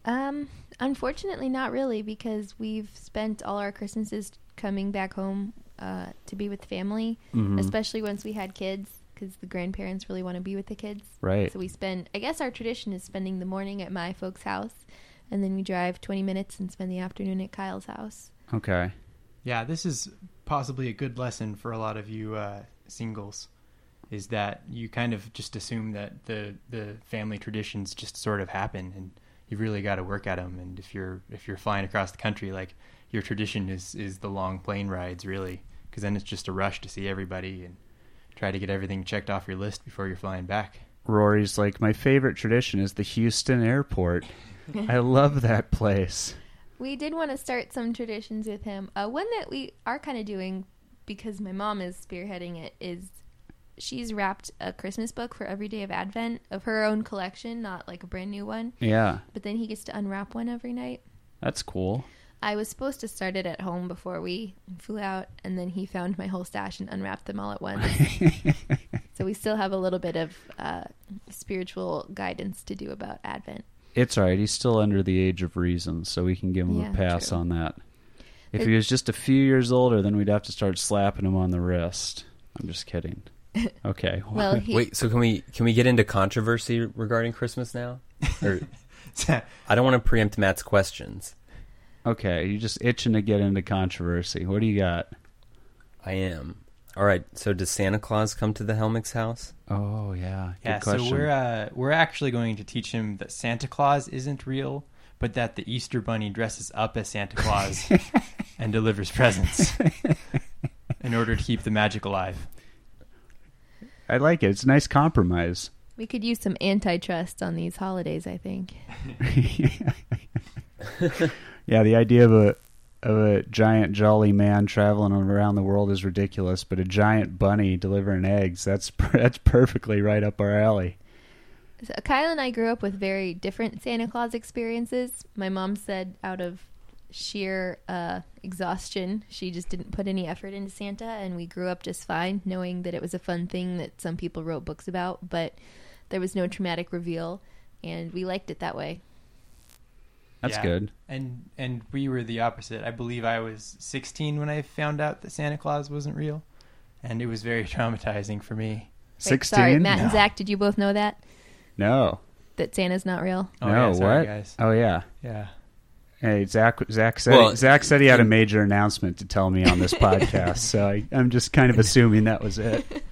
Speaker 2: Um, unfortunately, not really, because we've spent all our Christmases coming back home uh, to be with family, especially once we had kids, because the grandparents really want to be with the kids.
Speaker 4: Right.
Speaker 2: So we spend, I guess our tradition is spending the morning at my folks' house, and then we drive 20 minutes and spend the afternoon at Kyle's house.
Speaker 4: Okay.
Speaker 1: Yeah, this is possibly a good lesson for a lot of you uh, singles, is that you kind of just assume that the the family traditions just sort of happen, and you really got to work at them. And if you're if you're flying across the country, like your tradition is is the long plane rides, really, because then it's just a rush to see everybody and try to get everything checked off your list before you're flying back.
Speaker 4: Rory's like, my favorite tradition is the Houston airport. I love that place.
Speaker 2: We did want to start some traditions with him. Uh, one that we are kind of doing because my mom is spearheading it is she's wrapped a Christmas book for every day of Advent of her own collection, not like a brand new one.
Speaker 4: Yeah,
Speaker 2: But then he gets to unwrap one every night.
Speaker 4: that's cool.
Speaker 2: I was supposed to start it at home before we flew out, and then he found my whole stash and unwrapped them all at once. so So we still have a little bit of uh, spiritual guidance to do about Advent.
Speaker 4: It's all right. He's still under the age of reason, so we can give him
Speaker 2: Yeah,
Speaker 4: a pass
Speaker 2: true.
Speaker 4: on that. If
Speaker 2: It-
Speaker 4: he was just a few years older, then we'd have to start slapping him on the wrist. I'm just kidding. Okay.
Speaker 2: Well, he,
Speaker 3: Wait, so can we can we get into controversy regarding Christmas now? Or I don't want to preempt Matt's questions.
Speaker 4: okay. You're just itching to get into controversy. What do you got?
Speaker 3: I am. All right. So does Santa Claus come to the Helmick's house?
Speaker 4: Oh yeah.
Speaker 1: yeah,
Speaker 4: Good question.
Speaker 1: so we're uh, we're actually going to teach him that Santa Claus isn't real, but that the Easter Bunny dresses up as Santa Claus and delivers presents in order to keep the magic alive.
Speaker 4: I like it. It's a nice compromise.
Speaker 2: we could use some antitrust on these holidays, I think.
Speaker 4: yeah, the idea of a of a giant jolly man traveling around the world is ridiculous, but a giant bunny delivering eggs that's that's perfectly right up our alley.
Speaker 2: So Kyle and I grew up with very different Santa Claus experiences. My mom said out of sheer uh, exhaustion, she just didn't put any effort into Santa, and we grew up just fine, knowing that it was a fun thing that some people wrote books about, but there was no traumatic reveal, and we liked it that way.
Speaker 4: That's
Speaker 1: Yeah.
Speaker 4: good.
Speaker 1: And and we were the opposite. I believe I was 16 when I found out that Santa Claus wasn't real, and it was very traumatizing for me.
Speaker 2: Wait,
Speaker 4: Sixteen?
Speaker 2: sorry, Matt and
Speaker 1: No.
Speaker 2: Zach, did you both know that?
Speaker 4: No.
Speaker 2: That Santa's not real?
Speaker 1: Oh,
Speaker 4: no,
Speaker 1: yeah, sorry,
Speaker 4: what?
Speaker 1: guys.
Speaker 4: Oh yeah.
Speaker 1: Yeah.
Speaker 4: Hey, Zach. Zach said.
Speaker 3: Well,
Speaker 4: Zach said he had a major announcement to tell me on this podcast, so I, I'm just kind of assuming that was it.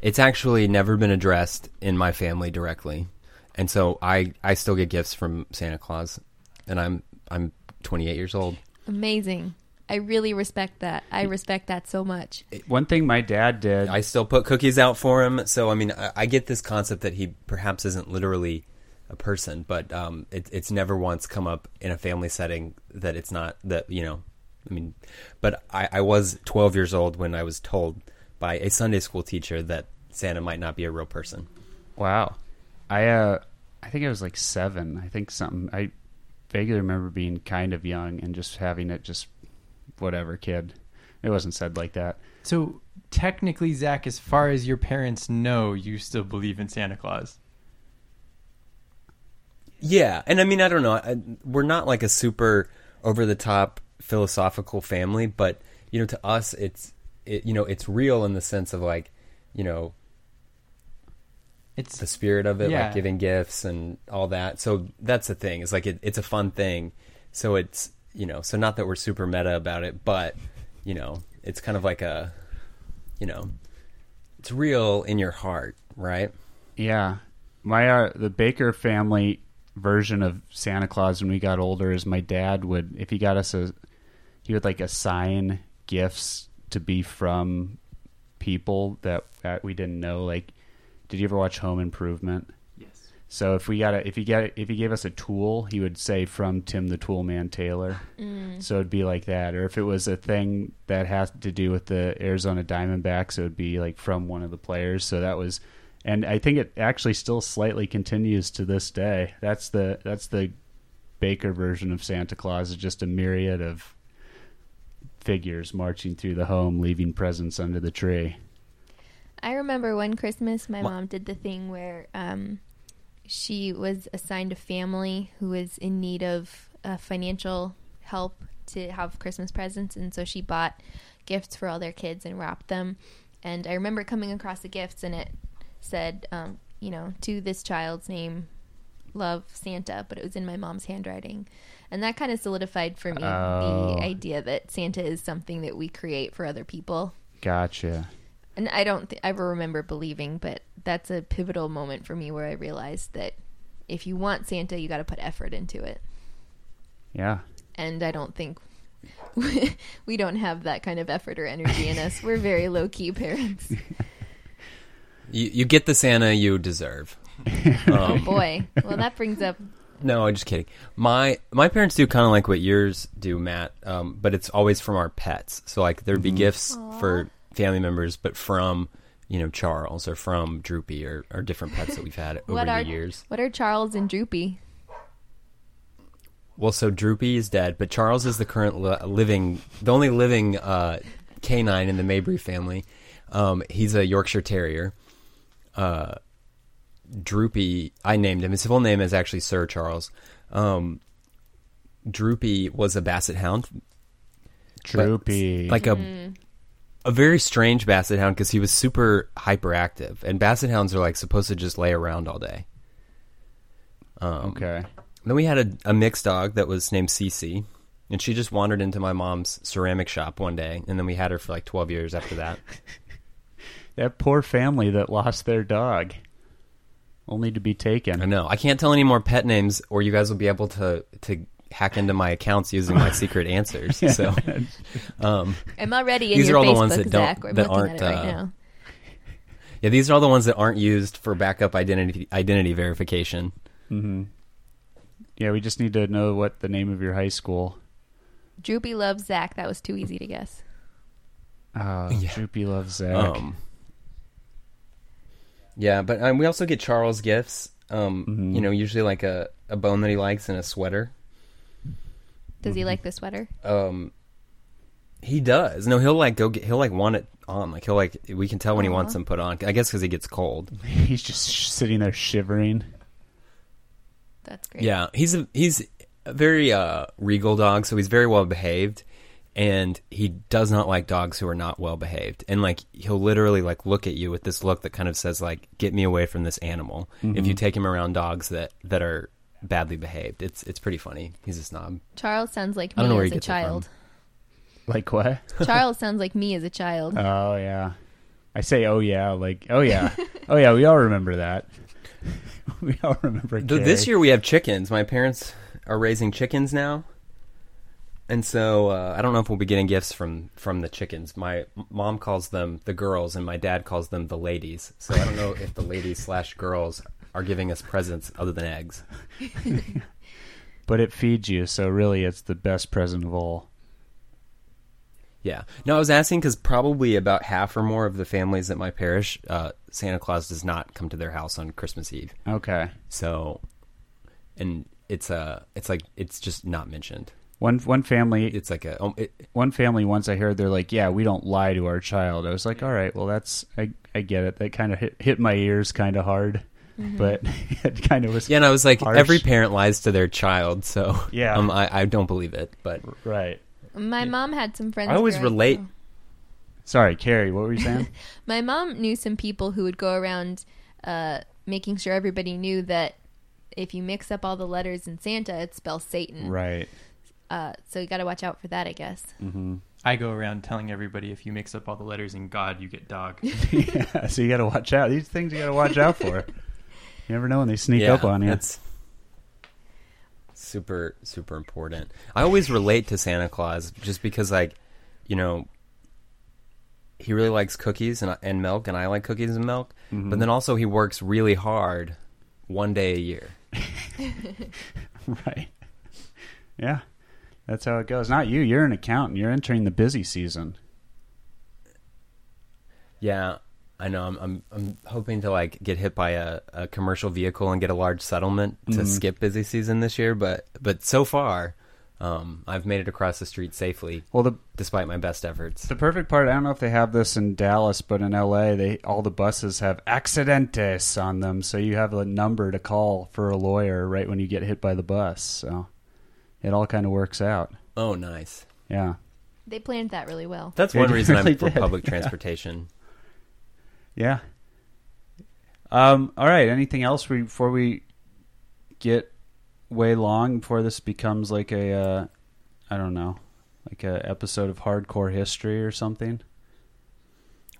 Speaker 3: It's actually never been addressed in my family directly, and so I I still get gifts from Santa Claus, and I'm I'm 28 years old.
Speaker 2: Amazing. I really respect that. I respect that so much.
Speaker 4: One thing my dad did.
Speaker 3: I still put cookies out for him. So I mean, I, I get this concept that he perhaps isn't literally a person, but um, it, it's never once come up in a family setting that it's not that you know. I mean, but I, I was 12 years old when I was told by a Sunday school teacher that Santa might not be a real person.
Speaker 4: Wow. I uh I think I was like seven. I think something I vaguely remember being kind of young and just having it just whatever, kid. It wasn't said like that.
Speaker 1: So technically, Zach, as far as your parents know, you still believe in Santa Claus.
Speaker 3: Yeah, and I mean, I don't know. I, we're not like a super over the top philosophical family, but you know, to us, it's it, you know, it's real in the sense of like, you know,
Speaker 1: It's
Speaker 3: the spirit of it,
Speaker 1: Yeah.
Speaker 3: like giving gifts and all that. So that's the thing. It's like it, it's a fun thing. So it's you know, so not that we're super meta about it, but you know, it's kind of like a you know, it's real in your heart, right?
Speaker 4: Yeah. My uh, the Baker family version of Santa Claus when we got older is my dad would if he got us a he would like assign gifts to be from people that, that we didn't know like did you ever watch Home Improvement?
Speaker 1: yes.
Speaker 4: So if we got a, if he got if he gave us a tool, he would say from Tim the Tool Man Taylor. So it'd be like that, or if it was a thing that has to do with the Arizona Diamondbacks, it would be like from one of the players. So that was, and I think it actually still slightly continues to this day. That's the that's the Baker version of Santa Claus is just a myriad of figures marching through the home, leaving presents under the tree.
Speaker 2: I remember one Christmas, my
Speaker 3: Wha-
Speaker 2: mom did the thing where um, she was assigned a family who was in need of uh, financial help to have Christmas presents, and so she bought gifts for all their kids and wrapped them. And I remember coming across the gifts, and it said, um, you know, to this child's name, love Santa, but it was in my mom's handwriting. And that kind of solidified for me
Speaker 4: Oh.
Speaker 2: the idea that Santa is something that we create for other people.
Speaker 4: Gotcha.
Speaker 2: And I don't th- ever remember believing, but that's a pivotal moment for me where I realized that if you want Santa, you got to put effort into it.
Speaker 4: Yeah.
Speaker 2: And I don't think we don't have that kind of effort or energy in us. We're very low key parents.
Speaker 3: You, you get the Santa you deserve.
Speaker 2: Oh boy. Well, that brings up
Speaker 3: No, I'm just kidding. My my parents do kind of like what yours do, Matt. Um, but it's always from our pets. So like there'd be gifts for family members, but from you know Charles or from Droopy or, or different pets that we've had over
Speaker 2: what
Speaker 3: the
Speaker 2: are
Speaker 3: years.
Speaker 2: what are Charles and Droopy?
Speaker 3: Well, so Droopy is dead, but Charles is the current li- living, the only living uh, canine in the Mabry family. Um, he's a Yorkshire Terrier. Uh, Droopy, I named him. His full name is actually Sir Charles. Um, Droopy was a Basset Hound,
Speaker 4: Droopy.
Speaker 3: like a a very strange Basset Hound because he was super hyperactive, and Basset Hounds are like supposed to just lay around all day.
Speaker 4: okay.
Speaker 3: Then we had a, a mixed dog that was named Cece, and she just wandered into my mom's ceramic shop one day, and then we had her for like 12 years after that.
Speaker 4: That poor family that lost their dog, only to be
Speaker 3: I
Speaker 4: taken.
Speaker 3: know. I can't tell any more pet names, or you guys will be able to to hack into my accounts using my secret answers. So
Speaker 2: I'm already in
Speaker 3: These
Speaker 2: your
Speaker 3: are all
Speaker 2: Facebook,
Speaker 3: the ones that don't-
Speaker 2: Zach. I'm
Speaker 3: that
Speaker 2: looking at
Speaker 3: aren't,
Speaker 2: it right
Speaker 3: uh,
Speaker 2: now.
Speaker 3: yeah, these are all the ones that aren't used for backup identity identity verification.
Speaker 4: Yeah, we just need to know what the name of your high school.
Speaker 2: Droopy loves Zach. That was too easy to guess.
Speaker 4: Uh, Droopy loves Zach.
Speaker 3: Um, yeah, but um, we also get Charles gifts. Um, You know, usually like a, a bone that he likes and a sweater.
Speaker 2: Does
Speaker 3: Mm-hmm.
Speaker 2: he like the sweater?
Speaker 3: um he does no he'll like go get he'll like want it on like he'll like we can tell when he wants them put on i guess because he gets cold
Speaker 4: He's just sh- sitting there shivering.
Speaker 2: That's great.
Speaker 3: yeah he's a he's a very uh regal dog so he's very well behaved and he does not like dogs who are not well behaved and like he'll literally like look at you with this look that kind of says like get me away from this animal if you take him around dogs that that are badly behaved it's it's pretty funny he's a snob
Speaker 2: Charles sounds like
Speaker 3: I don't know
Speaker 2: me
Speaker 3: where
Speaker 2: as
Speaker 3: he
Speaker 2: a
Speaker 3: gets it from.
Speaker 2: child.
Speaker 4: Like what?
Speaker 2: Charles sounds like me as a child.
Speaker 4: Oh yeah. I say oh yeah, like oh yeah. oh yeah, we all remember that. we all remember
Speaker 3: Th- This
Speaker 4: Carrie.
Speaker 3: year we have chickens. My parents are raising chickens now, and so uh, I don't know if we'll be getting gifts from from the chickens. My m- mom calls them the girls, and my dad calls them the ladies. So I don't know if the ladies slash girls are giving us presents other than eggs.
Speaker 4: But it feeds you, so really it's the best present of all.
Speaker 3: Yeah. No, I was asking because probably about half or more of the families at my parish, uh, Santa Claus does not come to their house on Christmas Eve.
Speaker 4: Okay.
Speaker 3: So, and it's uh, it's like it's just not mentioned.
Speaker 4: One one family
Speaker 3: It's like a. oh, It,
Speaker 4: one family once I heard they're like, "Yeah, we don't lie to our child." I was like, "All right, well, that's I I get it." That kind of hit, hit my ears kind of hard, but it kind of was
Speaker 3: Mm-hmm. Yeah, and I was like,
Speaker 4: Harsh.
Speaker 3: every parent lies to their child, so
Speaker 4: Yeah.
Speaker 3: um, I, I don't believe it. But
Speaker 4: right.
Speaker 2: My mom had some friends.
Speaker 3: I always
Speaker 2: growing-
Speaker 3: relate.
Speaker 2: oh.
Speaker 4: Sorry, Carrie, what were you saying?
Speaker 2: My mom knew some people who would go around uh, making sure everybody knew that if you mix up all the letters in Santa, it spells Satan.
Speaker 4: right.
Speaker 2: Uh, so you got to watch out for that, I guess.
Speaker 1: I go around telling everybody if you mix up all the letters in God, you get dog.
Speaker 4: Yeah, so you got to watch out. These things you got to watch out for. You never know when they sneak
Speaker 3: Yeah,
Speaker 4: up on you.
Speaker 3: that's super super important. I always relate to Santa Claus just because, like, you know, he really likes cookies and and milk, and I like cookies and milk.
Speaker 4: Mm-hmm.
Speaker 3: But then also he works really hard one day a year.
Speaker 4: right. Yeah. That's how it goes. Not you. You're an accountant. You're entering the busy season.
Speaker 3: Yeah, I know. I'm I'm, I'm hoping to like get hit by a, a commercial vehicle and get a large settlement to
Speaker 4: Mm-hmm.
Speaker 3: skip busy season this year. But but so far, um, I've made it across the street safely,
Speaker 4: Well, the
Speaker 3: despite my best efforts.
Speaker 4: the perfect part. I don't know if they have this in Dallas, but in LA, they all the buses have accidentes on them, so you have a number to call for a lawyer right when you get hit by the bus. So it all kind of works out.
Speaker 3: Oh, nice.
Speaker 4: Yeah.
Speaker 2: They planned that really well.
Speaker 3: That's
Speaker 4: They
Speaker 3: one reason
Speaker 4: really
Speaker 3: I'm for
Speaker 4: did.
Speaker 3: public transportation.
Speaker 4: Yeah. Um, all right. Anything else we, before we get way long before this becomes like a uh, I don't know, like a episode of hardcore history or something?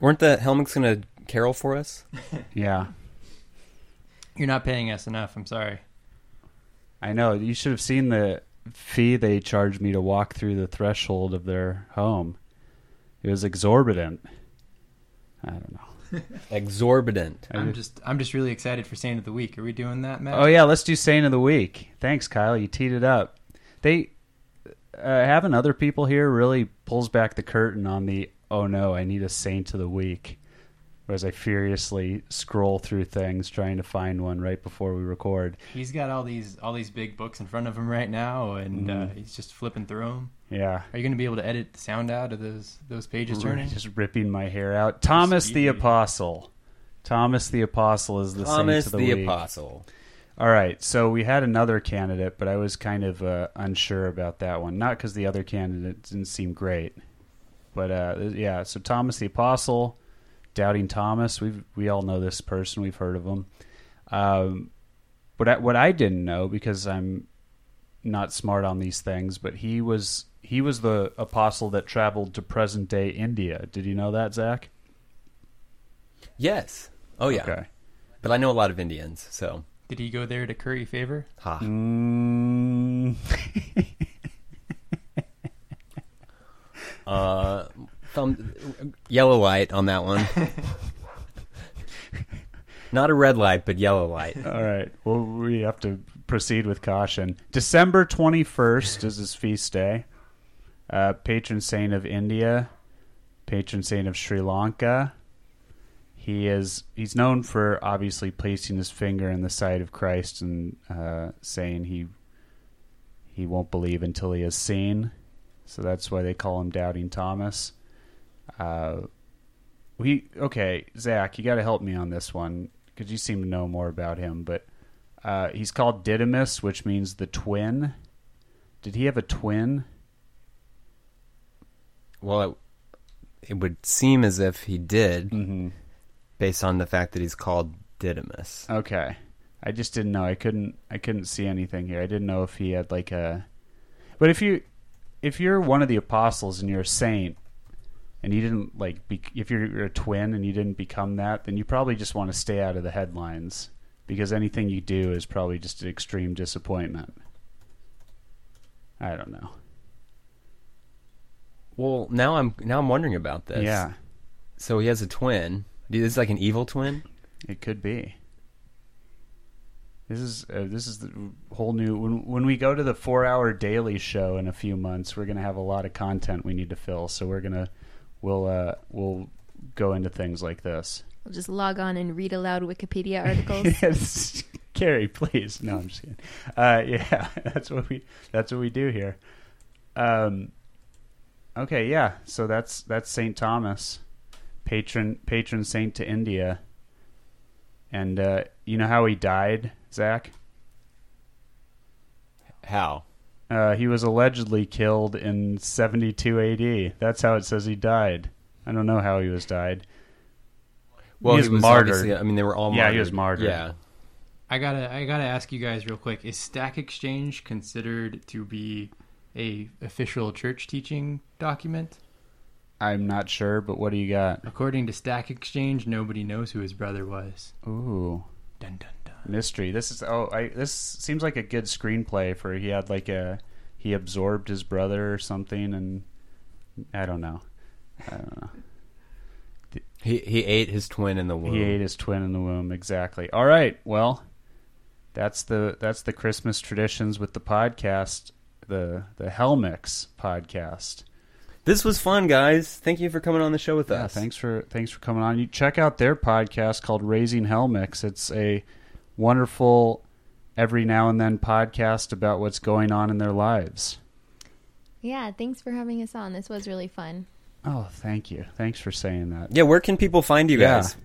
Speaker 3: Weren't the Helmicks gonna carol for us?
Speaker 4: Yeah.
Speaker 1: You're not paying us enough. I'm sorry.
Speaker 4: I know. You should have seen the fee they charged me to walk through the threshold of their home. It was exorbitant. I don't know.
Speaker 3: Exorbitant.
Speaker 4: I
Speaker 1: I'm
Speaker 4: did-
Speaker 1: just I'm just really excited for Saint of the Week. Are we doing that, Matt?
Speaker 4: Oh yeah, let's do Saint of the Week. Thanks, Kyle. You teed it up. They uh, having other people here really pulls back the curtain on the oh no, I need a Saint of the Week. Whereas I furiously scroll through things trying to find one right before we record.
Speaker 1: He's got all these all these big books in front of him right now, and
Speaker 4: Mm.
Speaker 1: uh, he's just flipping through them.
Speaker 4: Yeah.
Speaker 1: Are you going to be able to edit the sound out of those those pages turning?
Speaker 4: Just ripping my hair out. Thomas the
Speaker 1: Easy.
Speaker 4: Apostle. Thomas the Apostle is the
Speaker 3: Thomas
Speaker 4: saint
Speaker 3: the,
Speaker 4: of the, week.
Speaker 3: Apostle.
Speaker 4: All right, so we had another candidate, but I was kind of uh, unsure about that one. Not because the other candidate didn't seem great, but uh, yeah. So Thomas the Apostle, doubting Thomas. We we all know this person. We've heard of him. Um, but I, what I didn't know because I'm not smart on these things, but he was he was the apostle that traveled to present day India. Did you know that, Zach?
Speaker 3: Yes. Oh yeah.
Speaker 4: Okay.
Speaker 3: But I know a lot of Indians, so
Speaker 1: Did he go there to curry favor?
Speaker 3: ha.
Speaker 4: Mm,
Speaker 3: Uh, thumb, yellow light on that one. Not a red light, but yellow light.
Speaker 4: All right. Well, we have to proceed with caution. December 21st is his feast day. Uh, patron saint of India, patron saint of Sri Lanka. He is he's known for obviously placing his finger in the side of Christ and uh, saying he he won't believe until he has seen. So that's why they call him Doubting Thomas. Uh, we okay, Zach, you got to help me on this one because you seem to know more about him. But uh, he's called Didymus, which means the twin. Did he have a twin?
Speaker 3: Well, it, it would seem as if he did,
Speaker 4: Mm-hmm.
Speaker 3: based on the fact that he's called Didymus.
Speaker 4: Okay, I just didn't know. I couldn't. I couldn't see anything here. I didn't know if he had like a. But if you, if you're one of the apostles and you're a saint, and you didn't like, be, if you're, you're a twin and you didn't become that, then you probably just want to stay out of the headlines because anything you do is probably just an extreme disappointment. I don't know.
Speaker 3: Well, now I'm now I'm wondering about this.
Speaker 4: Yeah,
Speaker 3: So he has a twin. Dude, This is like an evil twin.
Speaker 4: It could be. This is uh, this is the whole new. When when we go to the four hour daily show in a few months, we're gonna have a lot of content we need to fill. So we're gonna we'll uh, we'll go into things like this.
Speaker 2: I'll just log on and read aloud Wikipedia articles.
Speaker 4: Yes. Carrie, please. No, I'm just kidding. Uh, yeah, that's what we that's what we do here. Um, okay, yeah. So that's that's Saint Thomas, patron patron saint to India. And uh, you know how he died, Zach?
Speaker 3: How?
Speaker 4: Uh, he was allegedly killed in 72 AD. That's how it says he died. I don't know how he was died.
Speaker 3: Well,
Speaker 4: He was martyred.
Speaker 3: obviously- I mean, they were all martyred.
Speaker 4: Yeah, he was martyred.
Speaker 3: Yeah.
Speaker 1: I gotta I gotta ask you guys real quick. Is Stack Exchange considered to be a official church teaching document?
Speaker 4: I'm not sure, but what do you got?
Speaker 1: According to Stack Exchange, nobody knows who his brother was.
Speaker 4: Ooh.
Speaker 1: Dun dun dun.
Speaker 4: mystery. This is oh, I this seems like a good screenplay for he had like a he absorbed his brother or something, and I don't know, I don't know.
Speaker 3: He he ate his twin in the womb.
Speaker 4: He ate his twin in the womb exactly. All right, well, that's the that's the Christmas traditions with the podcast, the the Helmix podcast.
Speaker 3: This was fun, guys. Thank you for coming on the show with
Speaker 4: Yeah,
Speaker 3: us.
Speaker 4: thanks for thanks for coming on. You check out their podcast called Raising Helmix. It's a wonderful every now and then podcast about what's going on in their lives.
Speaker 2: yeah, thanks for having us on. This was really fun.
Speaker 4: Oh, thank you. Thanks for saying that.
Speaker 3: Yeah, where can people find you
Speaker 4: Yeah.
Speaker 3: guys?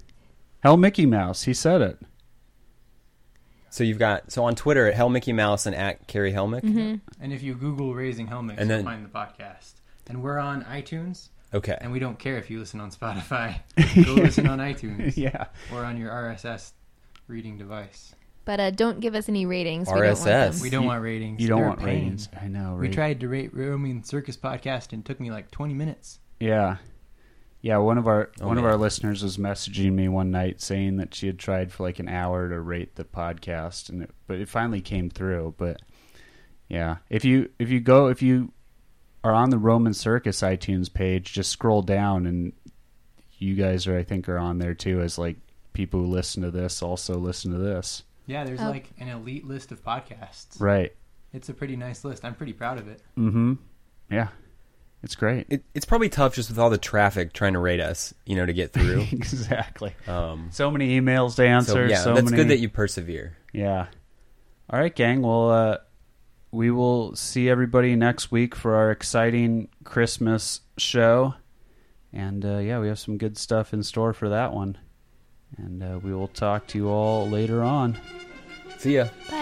Speaker 4: Hell, Mickey Mouse. He said it.
Speaker 3: So you've got so on Twitter at Hell Mickey Mouse and at Carrie Helmick.
Speaker 4: Mm-hmm.
Speaker 1: And if you Google raising helmets,
Speaker 3: And then-
Speaker 1: you'll find the podcast. And we're on iTunes,
Speaker 3: Okay.
Speaker 1: and we don't care if you listen on Spotify. Go listen on iTunes
Speaker 4: yeah.
Speaker 1: or on your RSS reading device.
Speaker 2: But uh, don't give us any ratings.
Speaker 3: RSS.
Speaker 1: We
Speaker 2: We
Speaker 1: don't
Speaker 4: You-
Speaker 1: want ratings.
Speaker 4: You don't
Speaker 1: They're a
Speaker 4: want
Speaker 1: pain.
Speaker 4: ratings. I know.
Speaker 1: We
Speaker 4: right?
Speaker 1: tried to rate Roaming Circus podcast and it took me like 20 minutes.
Speaker 4: Yeah. Yeah. One of our
Speaker 3: Oh,
Speaker 4: one of
Speaker 3: yeah.
Speaker 4: our listeners was messaging me one night saying that she had tried for like an hour to rate the podcast, and it, but it finally came through. But yeah, if you if you go if you are on the Roman Circus iTunes page, just scroll down, and you guys are I think are on there too as like people who listen to this also listen to this.
Speaker 1: Yeah, there's
Speaker 2: Oh.
Speaker 1: like an elite list of podcasts.
Speaker 4: Right.
Speaker 1: It's a pretty nice list. I'm pretty proud of it.
Speaker 4: Mm-hmm. Yeah. It's great.
Speaker 3: It, it's probably tough just with all the traffic trying to rate us, you know, to get through.
Speaker 4: exactly.
Speaker 3: Um,
Speaker 4: So many emails to answer.
Speaker 3: so yeah,
Speaker 4: so
Speaker 3: that's
Speaker 4: many-
Speaker 3: good that you persevere.
Speaker 4: Yeah. All right, gang. Well, uh, we will see everybody next week for our exciting Christmas show. And uh, yeah, we have some good stuff in store for that one. And uh, we will talk to you all later on.
Speaker 3: See ya.
Speaker 2: Bye.